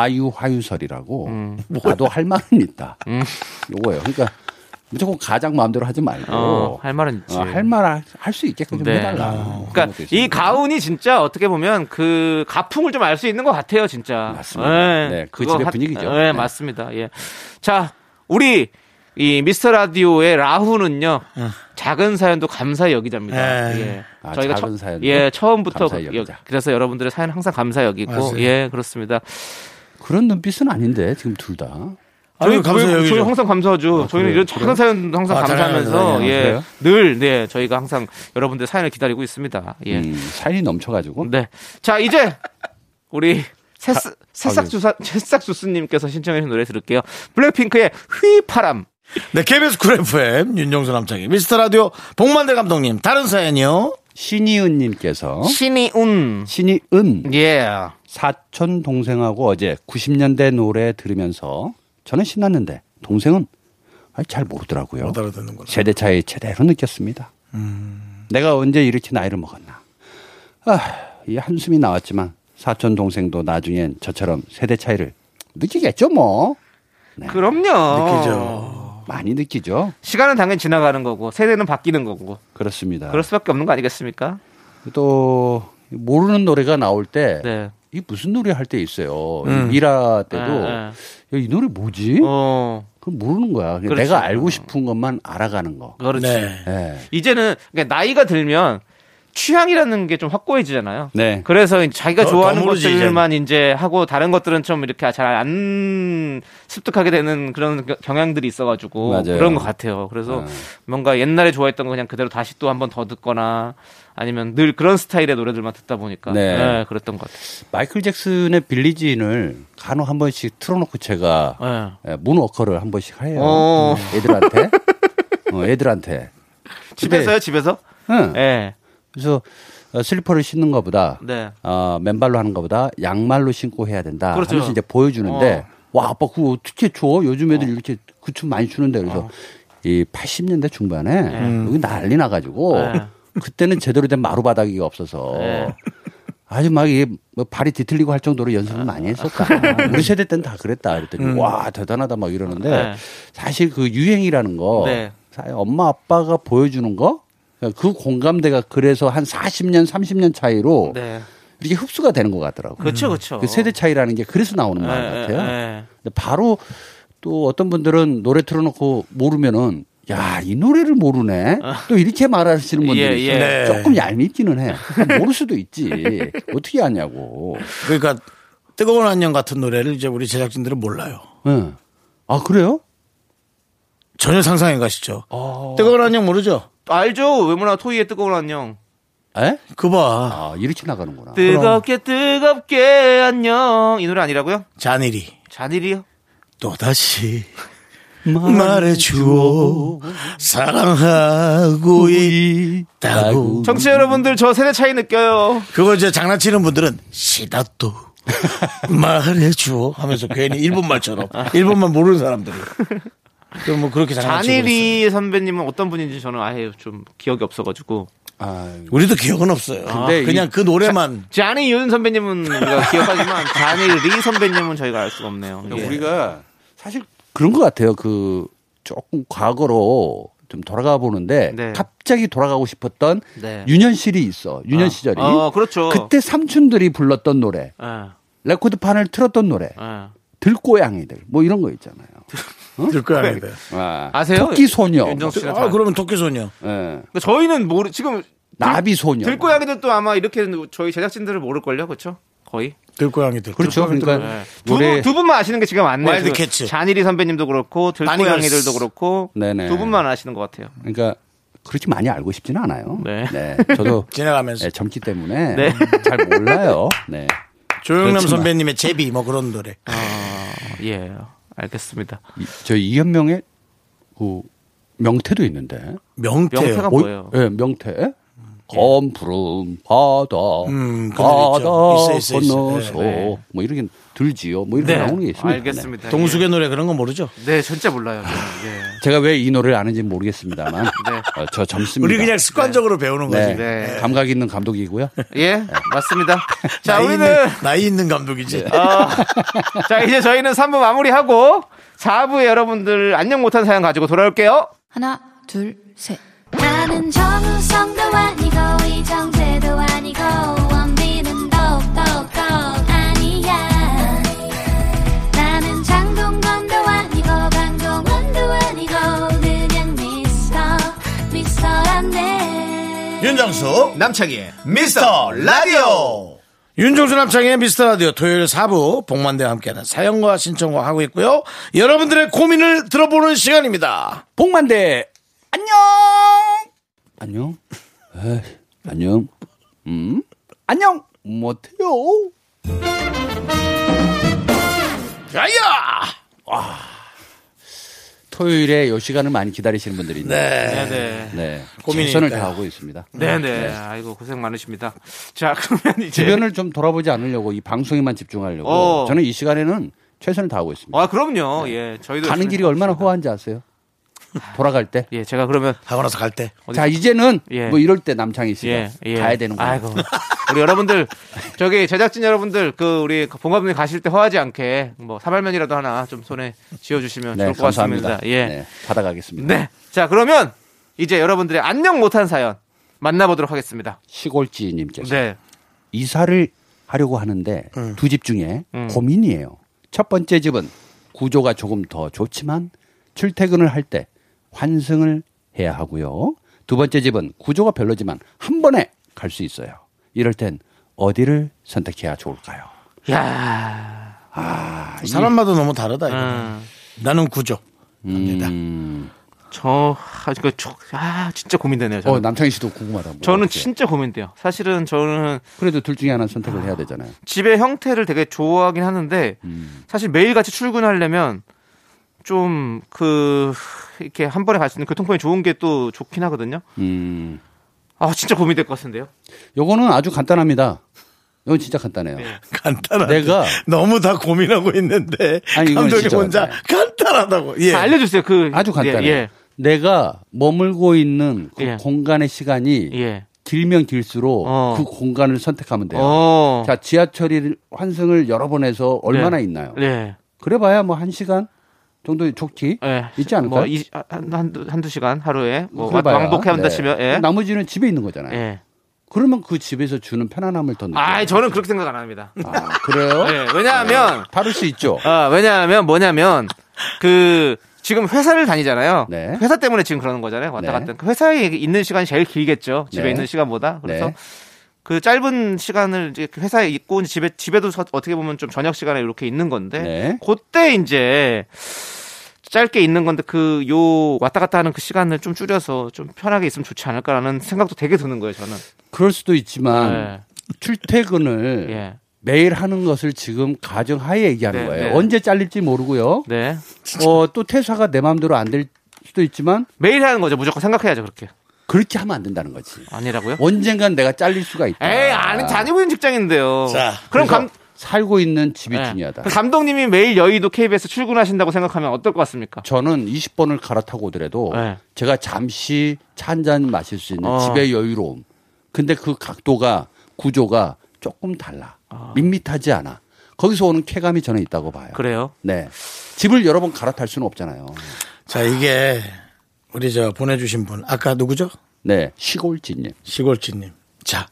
Speaker 6: 아유화유설이라고,
Speaker 2: 음.
Speaker 6: 나도 할 말은 있다. 요거예요. 그러니까, 무조건 가장 마음대로 하지 말고,
Speaker 2: 어, 할 말은 있지.
Speaker 6: 어, 할 말, 할 수 있게끔 좀
Speaker 2: 네.
Speaker 6: 해달라. 그런
Speaker 2: 그러니까
Speaker 6: 것도 있습니다.
Speaker 2: 이 가훈이 진짜 어떻게 보면 그 가풍을 좀 알 수 있는 것 같아요, 진짜. 예.
Speaker 6: 맞습니다. 네, 그
Speaker 2: 그거
Speaker 6: 집의
Speaker 2: 하-
Speaker 6: 분위기죠.
Speaker 2: 네,
Speaker 6: 네.
Speaker 2: 맞습니다. 예. 자, 우리 이 미스터 라디오의 라후는요, 작은 사연도 감사 여기자입니다.
Speaker 1: 에.
Speaker 2: 예.
Speaker 6: 어. 아, 작은
Speaker 2: 처-
Speaker 6: 사연도
Speaker 2: 예, 처음부터
Speaker 6: 감사히
Speaker 2: 그-
Speaker 6: 여기자.
Speaker 2: 여- 그래서 여러분들의 사연 항상 감사 여기고
Speaker 1: 맞아요.
Speaker 2: 예, 그렇습니다.
Speaker 6: 그런 눈빛은 아닌데, 지금 둘 다.
Speaker 1: 아니,
Speaker 2: 저희
Speaker 1: 감사
Speaker 2: 저희,
Speaker 1: 여기죠.
Speaker 2: 저희 항상 감사하죠.
Speaker 6: 아,
Speaker 2: 저희는 이런 작은 사연 항상
Speaker 1: 아,
Speaker 2: 감사하면서
Speaker 1: 당연하죠.
Speaker 2: 예,
Speaker 6: 그래요?
Speaker 2: 늘 네, 저희가 항상 여러분들의 사연을 기다리고 있습니다. 예.
Speaker 6: 음, 사연이 넘쳐가지고.
Speaker 2: 네. 자, 이제 우리
Speaker 1: 아,
Speaker 2: 새스, 새싹주사, 새싹주스님께서 신청해주신 노래 들을게요. 블랙핑크의 휘파람.
Speaker 1: 네, KBS 쿨 FM 윤정수 남창희 미스터 라디오 복만대 감독님 다른 사연이요.
Speaker 6: 신이은님께서,
Speaker 2: 어? 신이운.
Speaker 6: 신이은,
Speaker 2: 예.
Speaker 6: 사촌 동생하고 어제 90년대 노래 들으면서 저는 신났는데 동생은 아니, 잘 모르더라고요.
Speaker 1: 따라 듣는구나.
Speaker 6: 세대 차이 제대로 느꼈습니다. 내가 언제 이렇게 나이를 먹었나. 아, 이 한숨이 나왔지만 사촌 동생도 나중엔 저처럼 세대 차이를 느끼겠죠 뭐.
Speaker 1: 네.
Speaker 2: 그럼요.
Speaker 1: 느끼죠.
Speaker 6: 많이 느끼죠.
Speaker 2: 시간은 당연히 지나가는 거고, 세대는 바뀌는 거고.
Speaker 6: 그렇습니다.
Speaker 2: 그럴 수밖에 없는 거 아니겠습니까?
Speaker 6: 또 모르는 노래가 나올 때
Speaker 2: 네.
Speaker 6: 이 무슨 노래 할 때 있어요. 이 미라 때도
Speaker 2: 네,
Speaker 6: 야, 이 노래 뭐지?
Speaker 2: 어,
Speaker 6: 그럼 모르는 거야. 그냥
Speaker 2: 그렇죠.
Speaker 6: 내가 알고 싶은 것만 알아가는 거.
Speaker 2: 그렇지.
Speaker 1: 네.
Speaker 6: 네.
Speaker 2: 이제는, 그러니까 나이가 들면, 취향이라는 게 좀 확고해지잖아요.
Speaker 6: 네.
Speaker 2: 그래서 이제 자기가
Speaker 1: 더-
Speaker 2: 좋아하는
Speaker 1: 더 모르지,
Speaker 2: 것들만 이제 하고 다른 것들은 좀 이렇게 잘 안 습득하게 되는 그런 겨- 경향들이 있어가지고
Speaker 6: 맞아요.
Speaker 2: 그런 것 같아요. 네. 그래서
Speaker 6: 아.
Speaker 2: 뭔가 옛날에 좋아했던 거 그냥 그대로 다시 또 한 번 더 듣거나 아니면 늘 그런 스타일의 노래들만 듣다 보니까
Speaker 6: 네.
Speaker 2: 예, 그랬던 것
Speaker 6: 마이클 잭슨의 빌리진을 간혹 한 번씩 틀어놓고 제가
Speaker 2: 같아요. 네.
Speaker 6: 예, 문워커를 한 번씩 해요.
Speaker 2: 어.
Speaker 6: 음, 애들한테. 어, 애들한테.
Speaker 2: 예. 집에서요, 집에서?
Speaker 6: 응.
Speaker 2: 예.
Speaker 6: 그래서 어, 슬리퍼를 신는 것보다
Speaker 2: 네.
Speaker 6: 어, 맨발로 하는 것보다 양말로 신고 해야 된다.
Speaker 2: 그렇죠. 어.
Speaker 6: 하면서 이제 보여주는데 와 아빠 그거 어떻게 줘? 요즘 애들 이렇게
Speaker 2: 어.
Speaker 6: 그 춤 많이 추는데 그래서 이 80년대 중반에 여기 난리 나가지고
Speaker 2: 네.
Speaker 6: 그때는 제대로 된 마루바닥이 없어서 아주 막 이게 뭐 발이 뒤틀리고 할 정도로 연습을 많이 했었다. 우리 세대 때는 다 그랬다. 그랬더니 와 대단하다 막 이러는데
Speaker 2: 음. 네.
Speaker 6: 사실 그 유행이라는 거
Speaker 2: 네.
Speaker 6: 사실 엄마 아빠가 보여주는 거. 그 공감대가 그래서 한 40년, 30년 차이로
Speaker 2: 네.
Speaker 6: 이렇게 흡수가 되는 것 같더라고요.
Speaker 2: 그렇죠, 그렇죠.
Speaker 6: 그 세대 차이라는 게 그래서 나오는 말
Speaker 2: 예, 예,
Speaker 6: 같아요.
Speaker 2: 예.
Speaker 6: 근데 바로 또 어떤 분들은 노래 틀어놓고 모르면은 야, 이 노래를 모르네. 또 이렇게 말하시는 분들이
Speaker 2: 아. 예,
Speaker 6: 있어요.
Speaker 1: 예. 네.
Speaker 6: 조금 얄밉기는 해. 모를 수도 있지. 어떻게 아냐고.
Speaker 1: 그러니까 뜨거운 안녕 같은 노래를 이제 우리 제작진들은 몰라요.
Speaker 6: 예. 아, 그래요?
Speaker 1: 전혀 상상해 가시죠. 뜨거운 안녕 모르죠?
Speaker 2: 알죠? 외모나 토이의 뜨거운 안녕.
Speaker 6: 예?
Speaker 1: 그 봐.
Speaker 6: 아, 이렇게 나가는구나.
Speaker 2: 네. 뜨겁게 뜨겁게 안녕. 이 노래 아니라고요?
Speaker 1: 잔일이
Speaker 2: 잔일이요?
Speaker 1: 또다시 말해주오 사랑하고 있다고
Speaker 2: 정치 여러분들 저 세대 차이 느껴요.
Speaker 1: 그거 이제 장난치는 분들은 시다또 말해주오 하면서 괜히 일본 말처럼 일본만 모르는 사람들이 그럼 뭐 그렇게 장난치고 있어요.
Speaker 2: 잔일이 선배님은 어떤 분인지 저는 아예 좀 기억이 없어가지고.
Speaker 6: 아,
Speaker 1: 우리도 기억은 없어요
Speaker 6: 근데
Speaker 1: 그냥
Speaker 6: 이-
Speaker 1: 그 노래만
Speaker 2: 자니 윤 선배님은 우리가 기억하지만 자니 리 선배님은 저희가 알 수가 없네요. 예.
Speaker 6: 그러니까 우리가 사실 그런 것 같아요. 그 조금 과거로 좀 돌아가 보는데
Speaker 2: 네.
Speaker 6: 갑자기 돌아가고 싶었던
Speaker 2: 네.
Speaker 6: 유년실이 있어. 유년
Speaker 2: 어.
Speaker 6: 시절이.
Speaker 2: 어, 그렇죠.
Speaker 6: 그때 삼촌들이 불렀던 노래,
Speaker 2: 예,
Speaker 6: 레코드판을 틀었던 노래,
Speaker 2: 예.
Speaker 6: 들고양이들 뭐 이런 거 있잖아요.
Speaker 1: 들 거야 아닌데.
Speaker 2: 아세요?
Speaker 6: 토끼 소녀,
Speaker 2: 윤정수 씨가
Speaker 1: 아
Speaker 2: 다-
Speaker 1: 그러면 도끼소녀
Speaker 6: 예.
Speaker 2: 그러니까 저희는 모르 지금
Speaker 6: 나비 소녀.
Speaker 2: 들고양이들도 아마 이렇게 저희 제작진들을 모를 걸요, 그렇죠? 거의 예.
Speaker 1: 들고양이들
Speaker 6: 그렇죠. 그러니까
Speaker 2: 네. 두,
Speaker 6: 노래
Speaker 2: 분, 두 분만 아시는 게 지금 많네요.
Speaker 1: 와일드
Speaker 2: 지금
Speaker 1: 캐츠.
Speaker 2: 잔일이 선배님도 그렇고 들고양이들도
Speaker 1: 바니걸스.
Speaker 2: 그렇고
Speaker 6: 네네.
Speaker 2: 두 분만 아시는 것 같아요.
Speaker 6: 그러니까 그렇게 많이 알고 싶지는 않아요.
Speaker 2: 네.
Speaker 6: 저도
Speaker 1: 지나가면서
Speaker 6: 네, 젊기 때문에
Speaker 2: 네.
Speaker 6: 잘 몰라요. 네.
Speaker 1: 조영남
Speaker 6: 그렇지만.
Speaker 1: 선배님의 제비 뭐 그런 노래
Speaker 2: 예, 알겠습니다.
Speaker 6: 이- 저희 이현명의 그 명태도 있는데.
Speaker 1: 명태요.
Speaker 2: 명태가
Speaker 6: 어,
Speaker 2: 뭐예요?
Speaker 6: 예, 명태. 검 푸른 바다,
Speaker 1: 음, 그
Speaker 6: 바다
Speaker 1: 노래 있죠. 있어, 있어, 있어.
Speaker 6: 건너서
Speaker 1: 네,
Speaker 2: 네.
Speaker 6: 뭐 이렇게 들지요, 뭐 이렇게
Speaker 1: 네,
Speaker 6: 나오는 게 있습니다. 네.
Speaker 2: 알겠습니다.
Speaker 1: 동숙의 노래 그런 거 모르죠?
Speaker 2: 예. 네, 진짜 몰라요. 저는. 예.
Speaker 6: 제가 왜 이 노래를 아는지 모르겠습니다만, 어, 저 젊습니다.
Speaker 1: 네. 우리 그냥 습관적으로 배우는
Speaker 6: 네.
Speaker 1: 거지.
Speaker 2: 네.
Speaker 6: 감각 있는 감독이고요.
Speaker 2: 예, 맞습니다. 자,
Speaker 1: 나이
Speaker 2: 우리는
Speaker 1: 있는, 나이 있는 감독이지.
Speaker 6: 네. 아.
Speaker 2: 어, 자, 이제 저희는 3부 마무리하고 4부에 여러분들 안녕 못한 사연 가지고 돌아올게요.
Speaker 7: 하나, 둘, 셋.
Speaker 5: 나는 정우성도 아니고 이정재도 아니고 원빈은 더욱더 아니야 나는 장동건도 아니고 강동원도 아니고 그냥 미스터 미스터란데
Speaker 1: 윤정수 어? 남창희의 미스터 라디오 윤정수 남창희의 미스터 라디오 토요일 4부 복만대와 함께하는 사연과 신청과 하고 있고요 여러분들의 고민을 들어보는 시간입니다
Speaker 6: 복만대, 안녕! 안녕? 에이, 안녕? 음? 안녕! 못해요!
Speaker 1: 야야
Speaker 6: 토요일에 요 시간을 많이 기다리시는 분들이 있는데,
Speaker 1: 네.
Speaker 2: 네.
Speaker 6: 네.
Speaker 1: 고민이니까요.
Speaker 6: 최선을 다하고 있습니다.
Speaker 2: 네, 네. 아이고 고생 많으십니다. 자, 그러면 이제
Speaker 6: 주변을 좀 돌아보지 않으려고 이 방송에만 집중하려고
Speaker 2: 어.
Speaker 6: 저는 이 시간에는 최선을 다하고 있습니다.
Speaker 2: 아, 그럼요. 예.
Speaker 1: 네,
Speaker 2: 저희도
Speaker 6: 네. 가는
Speaker 2: 열심히-
Speaker 6: 길이 얼마나 호한지 아세요? 돌아갈 때.
Speaker 2: 예, 제가 그러면
Speaker 1: 하고 나서 갈 때
Speaker 2: 어디-
Speaker 6: 자 이제는
Speaker 2: 예.
Speaker 6: 뭐 이럴 때 남창희 씨가
Speaker 2: 예, 예.
Speaker 6: 가야 되는 거예요.
Speaker 2: 아이고. 우리 여러분들 저기 제작진 여러분들 그 우리 봉합님 가실 때 허하지 않게 뭐 사발면이라도 하나 좀 손에 쥐어 주시면
Speaker 6: 네
Speaker 2: 좋을 것 같습니다.
Speaker 6: 감사합니다.
Speaker 2: 예.
Speaker 6: 네, 받아가겠습니다.
Speaker 2: 네. 자, 그러면 이제 여러분들의 안녕 못한 사연 만나보도록 하겠습니다.
Speaker 6: 시골지님께서
Speaker 2: 네. 음.
Speaker 6: 이사를 하려고 하는데 두 집 중에 고민이에요. 첫 번째 집은 구조가 조금 더 좋지만 출퇴근을 할 때 환승을 해야 하고요. 두 번째 집은 구조가 별로지만 한 번에 갈 수 있어요. 이럴 땐 어디를 선택해야 좋을까요?
Speaker 2: 야.
Speaker 6: 음.
Speaker 1: 사람마다 너무 다르다 이거.
Speaker 6: 아.
Speaker 2: 음.
Speaker 1: 나는 구조 합니다
Speaker 2: 저, 아, 이거 촉- 아, 진짜 고민되네요. 저는,
Speaker 6: 어, 남창희 씨도 궁금하다. 뭐
Speaker 2: 저는
Speaker 6: 어떻게.
Speaker 2: 진짜 고민돼요. 사실은 저는
Speaker 6: 그래도 둘 중에 하나 선택을 해야 되잖아요.
Speaker 2: 집의 형태를 되게 좋아하긴 하는데
Speaker 6: 음.
Speaker 2: 사실 매일같이 출근하려면 좀 그 이렇게 한 번에 갈 수 있는 교통편이 좋은 게 또 좋긴 하거든요.
Speaker 6: 음.
Speaker 2: 아 진짜 고민될 것 같은데요.
Speaker 6: 요거는 아주 간단합니다. 이건 진짜 간단해요.
Speaker 2: 네.
Speaker 1: 간단하다
Speaker 6: 내가
Speaker 1: 너무 다 고민하고 있는데
Speaker 6: 아니, 이건
Speaker 1: 감독이
Speaker 6: 진짜
Speaker 1: 혼자
Speaker 6: 간단해.
Speaker 1: 간단하다고 예.
Speaker 2: 다 알려주세요. 그
Speaker 6: 아주 간단해요.
Speaker 2: 예, 예.
Speaker 6: 내가 머물고 있는 그
Speaker 2: 예.
Speaker 6: 공간의 시간이
Speaker 2: 예.
Speaker 6: 길면 길수록
Speaker 2: 어.
Speaker 6: 그 공간을 선택하면 돼요.
Speaker 2: 어.
Speaker 6: 자, 지하철이 환승을 여러 번 해서 얼마나
Speaker 2: 네.
Speaker 6: 있나요?
Speaker 2: 네.
Speaker 6: 그래봐야 뭐 한 시간 정도 좋지
Speaker 2: 예.
Speaker 6: 있지 않을까요?
Speaker 2: 뭐 이, 한, 한두, 한두 시간 하루에 뭐
Speaker 6: 그래봐야.
Speaker 2: 왕복해 한다
Speaker 6: 네.
Speaker 2: 치면 예.
Speaker 6: 나머지는 집에 있는 거잖아요.
Speaker 2: 예.
Speaker 6: 그러면 그 집에서 주는 편안함을 더 느껴요.
Speaker 2: 아, 저는 그렇게 생각 안 합니다.
Speaker 6: 아, 그래요?
Speaker 2: 예. 왜냐하면
Speaker 6: 다를 수 있죠.
Speaker 2: 아, 왜냐하면 뭐냐면 그 지금 회사를 다니잖아요.
Speaker 6: 네.
Speaker 2: 회사 때문에 지금 그러는 거잖아요. 왔다
Speaker 6: 네.
Speaker 2: 갔다. 그 회사에 있는 시간이 제일 길겠죠. 집에
Speaker 6: 네.
Speaker 2: 있는 시간보다. 그래서
Speaker 6: 네.
Speaker 2: 그 짧은 시간을 이제 그 회사에 있고 이제 집에 집에도 서- 어떻게 보면 좀 저녁 시간에 이렇게 있는 건데
Speaker 6: 네.
Speaker 2: 예? 그때 이제 짧게 있는 건데 그 요 왔다 갔다 하는 그 시간을 좀 줄여서 좀 편하게 있으면 좋지 않을까라는 생각도 되게 드는 거예요. 저는.
Speaker 6: 그럴 수도 있지만 출퇴근을
Speaker 2: 네. 예.
Speaker 6: 매일 하는 것을 지금 가정 하에 얘기하는
Speaker 2: 네,
Speaker 6: 거예요.
Speaker 2: 네.
Speaker 6: 언제 잘릴지 모르고요.
Speaker 2: 네.
Speaker 6: 어, 또 퇴사가 내 마음대로 안 될 수도 있지만
Speaker 2: 매일 하는 거죠. 무조건 생각해야죠. 그렇게.
Speaker 6: 그렇게 하면 안 된다는 거지.
Speaker 2: 아니라고요?
Speaker 6: 언젠간 내가 잘릴 수가 있다.
Speaker 2: 에이, 아는 다니고 있는 직장인데요.
Speaker 1: 자,
Speaker 2: 그럼
Speaker 6: 그래서
Speaker 2: 감,
Speaker 6: 살고 있는 집이
Speaker 2: 예.
Speaker 6: 중요하다.
Speaker 2: 감독님이 매일 여의도 KBS 출근하신다고 생각하면 어떨 것 같습니까?
Speaker 6: 저는 20번을 갈아타고 오더라도
Speaker 2: 네.
Speaker 6: 제가 잠시 차 한 잔 마실 수 있는
Speaker 2: 어.
Speaker 6: 집의 여유로움. 근데 그 각도가 구조가 조금 달라. 밋밋하지 않아. 거기서 오는 쾌감이 저는 있다고 봐요.
Speaker 2: 아. 그래요.
Speaker 6: 네. 집을 여러 번 갈아탈 수는 없잖아요.
Speaker 1: 자, 이게 우리 저 보내주신 분. 아까 누구죠?
Speaker 6: 네. 시골지님.
Speaker 1: 시골지님. 자,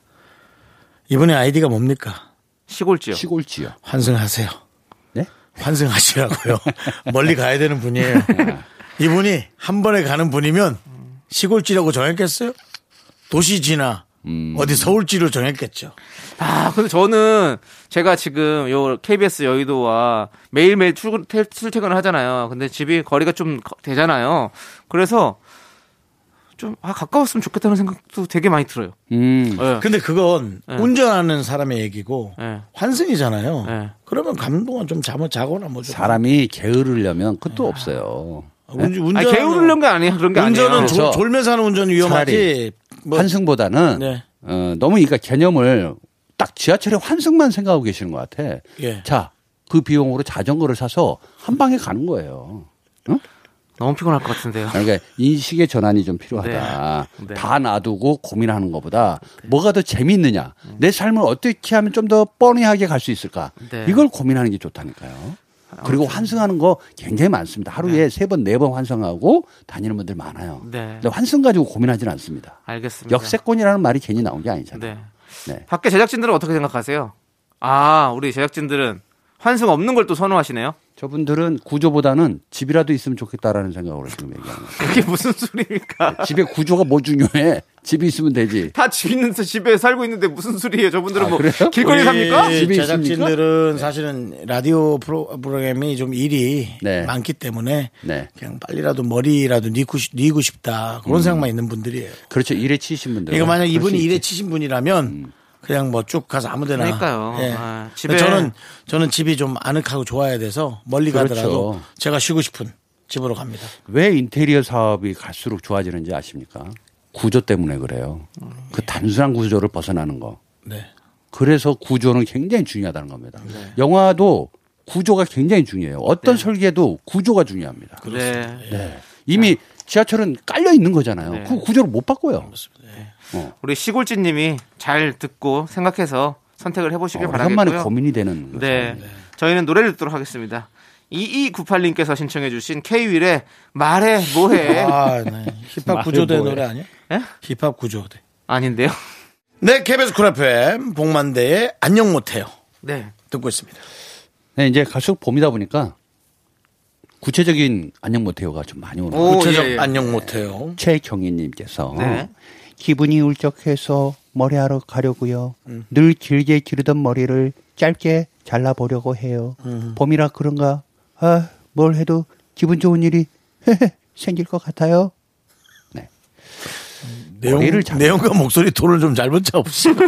Speaker 1: 이분의 아이디가 뭡니까?
Speaker 2: 시골지요.
Speaker 6: 시골지요.
Speaker 1: 환승하세요.
Speaker 6: 네?
Speaker 1: 환승하시라고요. 멀리 가야 되는 분이에요.
Speaker 6: 아.
Speaker 1: 이분이 한 번에 가는 분이면 시골지라고 정했겠어요? 도시지나
Speaker 6: 음.
Speaker 1: 어디 서울지로 정했겠죠.
Speaker 2: 아, 근데 저는 제가 지금 요 KBS 여의도와 매일매일 출근, 태- 출퇴근을 하잖아요. 근데 집이 거리가 좀 거- 되잖아요. 그래서 좀, 아, 가까웠으면 좋겠다는 생각도 되게 많이 들어요.
Speaker 6: 음.
Speaker 2: 예.
Speaker 1: 근데 그건 운전하는 사람의 얘기고
Speaker 2: 예.
Speaker 1: 환승이잖아요.
Speaker 2: 네.
Speaker 1: 그러면 감동은 좀 잠을 자거나 뭐 좀.
Speaker 6: 사람이 게으르려면 그것도 없어요.
Speaker 1: 운- 운전
Speaker 2: 아니, 게으르는 게 아니에요. 그런 게 아니에요.
Speaker 1: 운전은
Speaker 6: 그렇죠.
Speaker 1: 졸- 졸면서 하는 운전 이 위험하지.
Speaker 6: 차라리
Speaker 1: 뭐
Speaker 6: 환승보다는
Speaker 1: 네.
Speaker 6: 어, 너무 이까 개념을 딱 지하철의 환승만 생각하고 계시는 것 같아.
Speaker 1: 예.
Speaker 6: 자, 그 비용으로 자전거를 사서 한 방에 가는 거예요.
Speaker 2: 너무 피곤할 것 같은데요.
Speaker 6: 그러니까 인식의 전환이 좀 필요하다.
Speaker 2: 네. 네.
Speaker 6: 다 놔두고 고민하는 것보다 뭐가 더 재미있느냐. 내 삶을 어떻게 하면 좀 더 뻔히하게 갈 수 있을까.
Speaker 2: 네.
Speaker 6: 이걸 고민하는 게 좋다니까요. 그리고 환승하는 거 굉장히 많습니다. 하루에 세 번, 네 번 환승하고 다니는 분들 많아요.
Speaker 2: 네.
Speaker 6: 근데 환승 가지고 고민하진 않습니다.
Speaker 2: 알겠습니다.
Speaker 6: 역세권이라는 말이 괜히 나온 게 아니잖아요.
Speaker 2: 네.
Speaker 6: 네.
Speaker 2: 밖에 제작진들은 어떻게 생각하세요? 아, 우리 제작진들은 환승 없는 걸 또 선호하시네요.
Speaker 6: 저분들은 구조보다는 집이라도 있으면 좋겠다라는 생각으로 지금 얘기하는 거예요.
Speaker 2: 그게 무슨 소리입니까?
Speaker 6: 집의 구조가 뭐 중요해? 집이 있으면 되지.
Speaker 2: 다 집 있는 집에 살고 있는데 무슨 소리예요? 저분들은
Speaker 6: 아,
Speaker 2: 뭐
Speaker 6: 그래요? 예,
Speaker 2: 길거리
Speaker 1: 우리
Speaker 2: 삽니까?
Speaker 6: 집이
Speaker 1: 예, 제작진들은 사실은 라디오 프로, 프로그램이 좀 일이
Speaker 6: 네.
Speaker 1: 많기 때문에
Speaker 6: 네.
Speaker 1: 그냥 빨리라도 머리라도 뉘고, 싶- 뉘고 싶다 그런 생각만 있는 분들이에요.
Speaker 6: 그렇죠. 일에 치신 분들.
Speaker 1: 이거 만약
Speaker 6: 음. 그럴
Speaker 1: 이분이
Speaker 6: 수
Speaker 1: 일에
Speaker 6: 있지. 음.
Speaker 1: 치신 분이라면 그냥 뭐 쭉 가서 아무데나.
Speaker 2: 그러니까요.
Speaker 1: 예.
Speaker 2: 아,
Speaker 1: 근데
Speaker 2: 집에-
Speaker 1: 저는 저는 집이 좀 아늑하고 좋아야 돼서 멀리
Speaker 6: 그렇죠.
Speaker 1: 가더라도 제가 쉬고 싶은 집으로 갑니다.
Speaker 6: 왜 인테리어 사업이 갈수록 좋아지는지 아십니까? 구조 때문에 그래요. 그 단순한 구조를 벗어나는 거.
Speaker 1: 네.
Speaker 6: 그래서 구조는 굉장히 중요하다는 겁니다. 영화도 구조가 굉장히 중요해요.
Speaker 1: 네.
Speaker 6: 어떤 설계도 구조가 중요합니다.
Speaker 2: 네.
Speaker 6: 이미 지하철은 깔려 있는 거잖아요.
Speaker 2: 네.
Speaker 6: 그 구조를 못 바꿔요.
Speaker 2: 우리 시골지님이 잘 듣고 생각해서 선택을 해보시길
Speaker 6: 어, 오랜만에
Speaker 2: 바라겠고요.
Speaker 6: 고민이 되는 거죠.
Speaker 2: 네. 저희는 노래를 듣도록 하겠습니다. 2298님께서 신청해주신 K-윌의 말해 뭐해
Speaker 1: 아, 네. 힙합 구조대
Speaker 6: 뭐해.
Speaker 1: 노래 아니야?
Speaker 2: 예?
Speaker 1: 힙합 구조대.
Speaker 2: 아닌데요?
Speaker 1: 네, KBS 쿨 FM 복만대의 안녕 못해요
Speaker 2: 네.
Speaker 1: 듣고 있습니다.
Speaker 6: 네, 이제 갈수록 봄이다 보니까 구체적인 안녕 못해요가 좀 많이 오는
Speaker 2: 오,
Speaker 1: 구체적
Speaker 2: 예, 예.
Speaker 1: 안녕 못해요.
Speaker 6: 최경희님께서
Speaker 2: 네.
Speaker 6: 기분이 울적해서 머리하러 가려고요. 늘 길게 기르던 머리를 짧게 잘라 보려고 해요. 봄이라 그런가 아 뭘 해도 기분 좋은 일이 생길 것 같아요.
Speaker 1: 내용,
Speaker 6: 머리를 잘-
Speaker 1: 내용과 목소리 톤을 좀 잘못 잡으시고.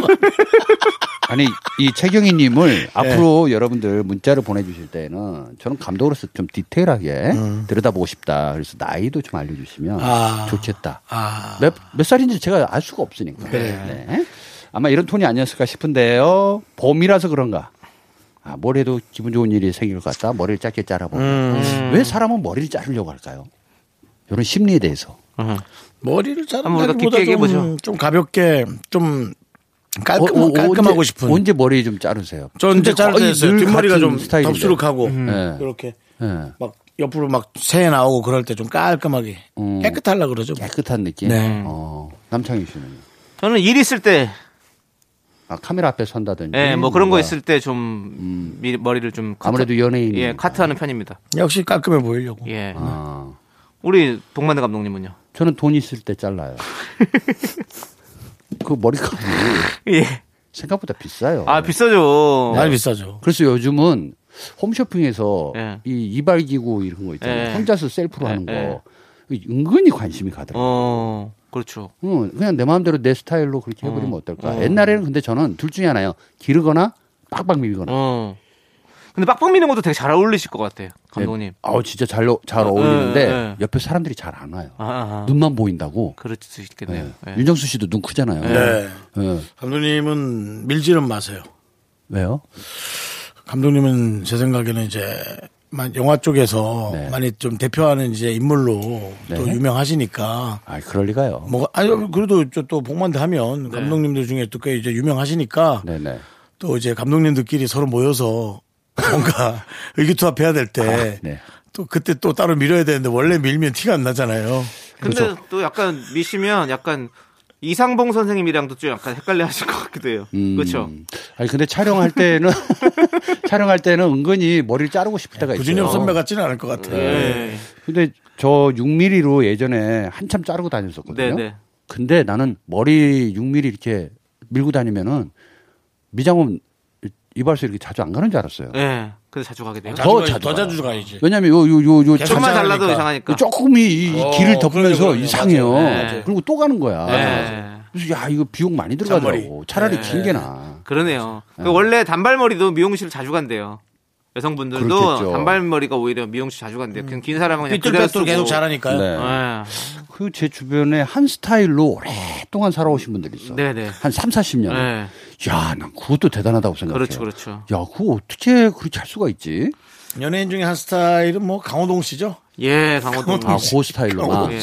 Speaker 6: 아니 이 최경희님을
Speaker 1: 네.
Speaker 6: 앞으로 여러분들 문자를 보내주실 때는 저는 감독으로서 좀 디테일하게 들여다보고 싶다. 그래서 나이도 좀
Speaker 1: 음.
Speaker 6: 알려주시면
Speaker 1: 아.
Speaker 6: 좋겠다.
Speaker 1: 아.
Speaker 6: 몇, 몇 살인지 제가 알 수가 없으니까. 네. 아마 이런 톤이 아니었을까 싶은데요. 봄이라서 그런가. 아, 뭘 해도
Speaker 1: 음.
Speaker 6: 기분 좋은 일이 생길 것 같다. 머리를 짧게 자라보고. 왜 사람은 머리를 자르려고 할까요? 이런 심리에 대해서.
Speaker 1: 머리를 자른
Speaker 2: 한번 우리가
Speaker 1: 날보다
Speaker 2: 깊게
Speaker 1: 좀,
Speaker 2: 얘기해보죠.
Speaker 1: 좀 가볍게 좀 깔끔,
Speaker 6: 어, 어,
Speaker 1: 깔끔하고
Speaker 6: 언제-
Speaker 1: 싶은.
Speaker 6: 언제 머리 좀 자르세요?
Speaker 1: 전 이제
Speaker 6: 근데 거의
Speaker 1: 잘랐어요.
Speaker 6: 늘
Speaker 1: 뒷머리가
Speaker 6: 같은
Speaker 1: 좀
Speaker 6: 스타일인데.
Speaker 1: 덥수룩하고 음,
Speaker 6: 예.
Speaker 1: 이렇게
Speaker 6: 예.
Speaker 1: 막 옆으로 막 새 나오고 그럴 때 좀 깔끔하게
Speaker 6: 음.
Speaker 1: 깨끗하려 그러죠.
Speaker 6: 깨끗한 느낌.
Speaker 1: 네.
Speaker 6: 어, 남창희 씨는
Speaker 2: 저는 일 있을 때,
Speaker 6: 아, 카메라 앞에 선다든지.
Speaker 2: 예, 뭐 그런 거
Speaker 6: 뭔가
Speaker 2: 있을 때 좀, 미리 머리를 좀. 커트-
Speaker 6: 음. 아무래도 연예인.
Speaker 2: 예, 카트하는 편입니다.
Speaker 1: 역시 깔끔해 보이려고.
Speaker 2: 예.
Speaker 6: 아,
Speaker 2: 우리 동만대 감독님은요?
Speaker 6: 저는 돈 있을 때 잘라요. 그 머리카락이
Speaker 2: 예.
Speaker 6: 생각보다 비싸요.
Speaker 2: 아, 비싸죠.
Speaker 1: 많이 비싸죠.
Speaker 6: 그래서 요즘은 홈쇼핑에서
Speaker 2: 예.
Speaker 6: 이 이발 기구 이런 거 있잖아요.
Speaker 2: 예.
Speaker 6: 혼자서 셀프로
Speaker 2: 예,
Speaker 6: 하는 거
Speaker 2: 예.
Speaker 6: 은근히 관심이 가더라고요.
Speaker 2: 어, 그렇죠.
Speaker 6: 응, 그냥 내 마음대로 내 스타일로 그렇게 해버리면 어떨까? 옛날에는 근데 저는 둘 중에 하나요. 기르거나 빡빡 밀거나.
Speaker 2: 어. 근데 빡빡 미는 것도 되게 잘 어울리실 것 같아요, 감독님.
Speaker 6: 아우 진짜 잘, 어- 잘 어울리는데
Speaker 2: 예, 예.
Speaker 6: 옆에 사람들이 잘 안 와요.
Speaker 2: 아, 아, 아.
Speaker 6: 눈만 보인다고.
Speaker 2: 그럴 수
Speaker 6: 예.
Speaker 2: 있겠네요. 예.
Speaker 6: 윤정수 씨도 눈 크잖아요.
Speaker 1: 네.
Speaker 6: 예.
Speaker 1: 감독님은 밀지는 마세요.
Speaker 6: 왜요?
Speaker 1: 감독님은 제 생각에는 이제 마- 영화 쪽에서
Speaker 6: 네.
Speaker 1: 많이 좀 대표하는 이제 인물로 또
Speaker 6: 네.
Speaker 1: 유명하시니까
Speaker 6: 아 그럴 리가요.
Speaker 1: 뭐 아니 그래도 저또 복만대 하면 감독님들 중에 또 꽤 이제 유명하시니까
Speaker 6: 네. 네네.
Speaker 1: 또 이제 감독님들끼리 서로 모여서 뭔가 의기투합해야 될 때 또
Speaker 6: 아, 네.
Speaker 1: 그때 또 따로 밀어야 되는데 원래 밀면 티가 안 나잖아요.
Speaker 6: 그렇죠.
Speaker 2: 근데 또 약간 미시면 약간 이상봉 선생님이랑도 좀 약간 헷갈려 하실 것 같기도 해요.
Speaker 6: 음.
Speaker 2: 그렇죠.
Speaker 6: 아니 근데 촬영할 때는 촬영할 때는 은근히 머리를 자르고 싶을 때가 있어요.
Speaker 1: 구준엽 선배 같지는 않을 것 같아요.
Speaker 2: 네.
Speaker 6: 근데 저 6mm로 예전에 한참 자르고 다녔었거든요.
Speaker 2: 네네.
Speaker 6: 근데 나는 머리 6mm 이렇게 밀고 다니면은 미장원 이발소 이렇게 자주 안 가는 줄 알았어요.
Speaker 2: 네. 그래서 자주 가게 돼요.
Speaker 1: 자주
Speaker 6: 더
Speaker 1: 가-
Speaker 6: 자주
Speaker 1: 더
Speaker 6: 가요.
Speaker 1: 자주 가야지.
Speaker 6: 왜냐면 요 요 요 요
Speaker 1: 계속
Speaker 2: 조금만
Speaker 1: 자주
Speaker 2: 달라도
Speaker 1: 가니까.
Speaker 2: 이상하니까.
Speaker 6: 조금이 이
Speaker 1: 어,
Speaker 6: 길을 덮으면서
Speaker 1: 그럼요, 그럼요.
Speaker 6: 이상해요. 네.
Speaker 1: 맞아요.
Speaker 2: 맞아요.
Speaker 6: 그리고 또 가는 거야.
Speaker 2: 네.
Speaker 6: 그래서 야 이거 비용 많이 들어가더라고. 차라리
Speaker 2: 네.
Speaker 6: 긴 게 나.
Speaker 2: 그러네요. 그 원래 단발머리도 미용실 자주 간대요. 여성분들도
Speaker 6: 그렇겠죠.
Speaker 2: 단발머리가 오히려 미용실 자주 간대요. 그냥 긴 사람은 그냥 그대로
Speaker 1: 삐뚤빼뚤
Speaker 2: 쓰고.
Speaker 1: 계속 잘하니까요.
Speaker 6: 네.
Speaker 2: 아.
Speaker 6: 그 제 주변에 한 스타일로 오랫동안 살아오신 분들 있어.
Speaker 2: 네네.
Speaker 6: 한 3, 40년.
Speaker 2: 네.
Speaker 6: 야, 난 그것도 대단하다고 생각해요.
Speaker 2: 그렇죠, 그렇죠.
Speaker 6: 야, 그거 어떻게 그렇게 할 수가 있지?
Speaker 1: 연예인 중에 한 스타일은 뭐 강호동 씨죠.
Speaker 2: 예, 강호동.
Speaker 6: 아, 그 스타일로만.
Speaker 2: 예.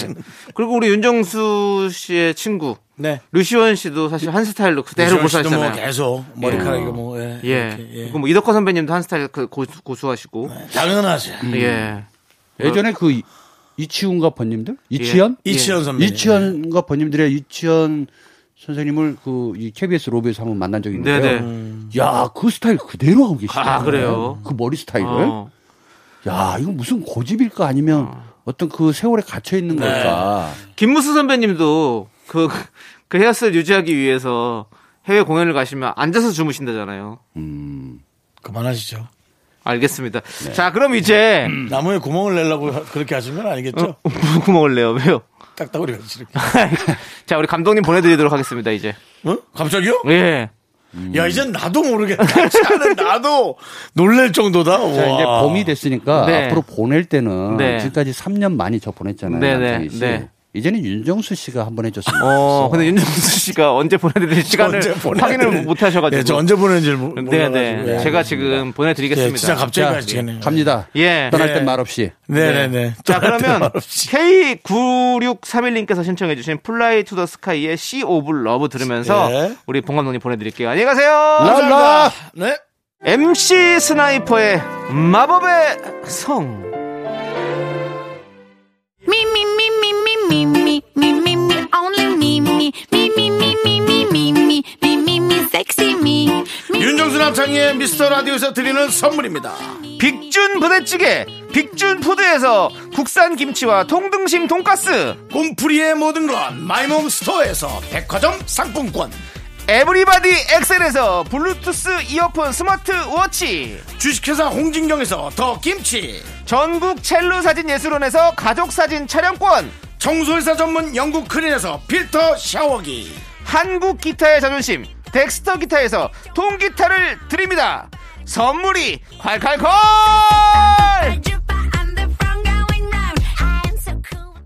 Speaker 2: 그리고 우리 윤정수 씨의 친구
Speaker 1: 네.
Speaker 2: 류시원 씨도 사실 한 스타일로 그대로
Speaker 1: 유시원 씨도
Speaker 2: 고수하시잖아요.
Speaker 1: 뭐 계속 머리카락이 뭐 예.
Speaker 2: 예.
Speaker 1: 이렇게, 예. 네.
Speaker 2: 그리고 뭐 이덕화 선배님도 한 스타일 그 고수, 고수하시고.
Speaker 1: 당연하지. 네?
Speaker 2: 예.
Speaker 6: 예전에 그 이- 이치훈과 번님들? 이치현?
Speaker 2: 예.
Speaker 1: 이치현 선배.
Speaker 6: 이치현과 번님들의 이치현 선생님을 그 이 KBS 로비에서 한번 만난 적이 있는데요.
Speaker 2: 네네.
Speaker 6: 야, 그 스타일 그대로 하고 계시더라고요.
Speaker 2: 아, 그래요?
Speaker 6: 그 머리 스타일을.
Speaker 2: 어.
Speaker 6: 야, 이거 무슨 고집일까 아니면 어떤 그 세월에 갇혀 있는
Speaker 2: 네.
Speaker 6: 걸까?
Speaker 2: 김무수 선배님도 그, 그 헤어스타일 유지하기 위해서 해외 공연을 가시면 앉아서 주무신다잖아요.
Speaker 6: 음.
Speaker 1: 그만하시죠.
Speaker 2: 알겠습니다.
Speaker 1: 네.
Speaker 2: 자, 그럼 이제
Speaker 1: 나무에 구멍을 내려고 하- 그렇게 하신 건
Speaker 2: 어?
Speaker 1: 아니겠죠?
Speaker 2: 무구 먹을래요? 왜요?
Speaker 1: 딱따구리 같이 이렇게.
Speaker 2: 자, 우리 감독님 보내드리도록 하겠습니다, 이제.
Speaker 1: 어? 갑자기요?
Speaker 2: 예.
Speaker 1: 야, 이젠 나도 모르겠다. 차는 나도 놀랄 정도다.
Speaker 6: 자, 네, 이제
Speaker 1: 우와.
Speaker 6: 봄이 됐으니까
Speaker 2: 네.
Speaker 6: 앞으로 보낼 때는
Speaker 2: 네.
Speaker 6: 지금까지 3년 많이 저 보냈잖아요.
Speaker 2: 네,
Speaker 6: 남창희
Speaker 2: 네,
Speaker 6: 씨.
Speaker 2: 네.
Speaker 6: 이제는 윤정수 씨가 한번 해줬으면 좋겠어.
Speaker 2: 어, 근데 윤정수 씨가 언제 보내드릴 시간을
Speaker 1: 언제 보내야
Speaker 2: 확인을
Speaker 1: 되는지.
Speaker 2: 못 하셔가지고.
Speaker 1: 예, 저 언제 보내는지
Speaker 2: 네,
Speaker 1: 몰라가지고.
Speaker 2: 네.
Speaker 1: 예.
Speaker 2: 제가 지금
Speaker 1: 예,
Speaker 2: 보내드리겠습니다.
Speaker 1: 진짜 갑자기 가시겠네요.
Speaker 6: 갑니다.
Speaker 2: 예.
Speaker 6: 떠날
Speaker 1: 예.
Speaker 6: 땐 말없이.
Speaker 1: 네네네. 네.
Speaker 2: 자, 그러면
Speaker 1: 말없이.
Speaker 2: K9631님께서 신청해주신 플라이 투 더 스카이의 Sea of Love 들으면서
Speaker 1: 예.
Speaker 2: 우리 봉 감독님 보내드릴게요. 안녕히 가세요.
Speaker 6: 랄라!
Speaker 1: 네.
Speaker 2: MC 스나이퍼의 마법의 성.
Speaker 7: Me, me, me, me, me, me, me, me, me, me, only me, me, me, me, me, me, me, me, me, me, me, me, sexy me. Me,
Speaker 1: 윤정수 남창희의 미스터 라디오에서 드리는 선물입니다.
Speaker 2: 빅준 부대찌개 빅준 푸드에서 국산 김치와 통등심 돈가스
Speaker 1: 꿈풀이의 모든 건 마이몸 스토어에서 백화점 상품권.
Speaker 2: 에브리바디 엑셀에서 블루투스 이어폰 스마트 워치
Speaker 1: 주식회사 홍진경에서 더 김치.
Speaker 2: 전국 첼로 사진 예술원에서 가족 사진 촬영권
Speaker 1: 청소회사 전문 영국 크린에서 필터 샤워기.
Speaker 2: 한국 기타의 자존심 덱스터 기타에서 통기타를 드립니다 선물이 콸콸콸
Speaker 7: Juba, I'm the front going round. I am so cool.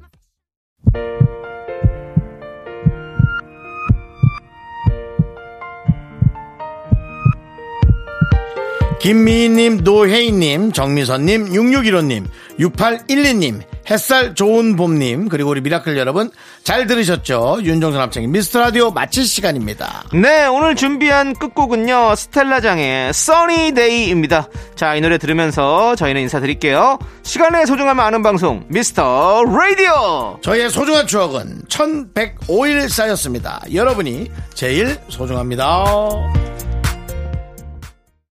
Speaker 1: 김미희님, 노혜인님, 정미선님, 6615님, 6812님, 햇살 좋은 봄님 그리고 우리 미라클 여러분 잘 들으셨죠? 윤정선 합창의 미스터 라디오 마칠 시간입니다.
Speaker 2: 네, 오늘 준비한 끝곡은요. 스텔라장의 써니 데이입니다. 자, 이 노래 들으면서 저희는 인사드릴게요. 시간의 소중함을 아는 방송 미스터 라디오.
Speaker 1: 저희의 소중한 추억은 1105일 쌓였습니다. 여러분이 제일 소중합니다.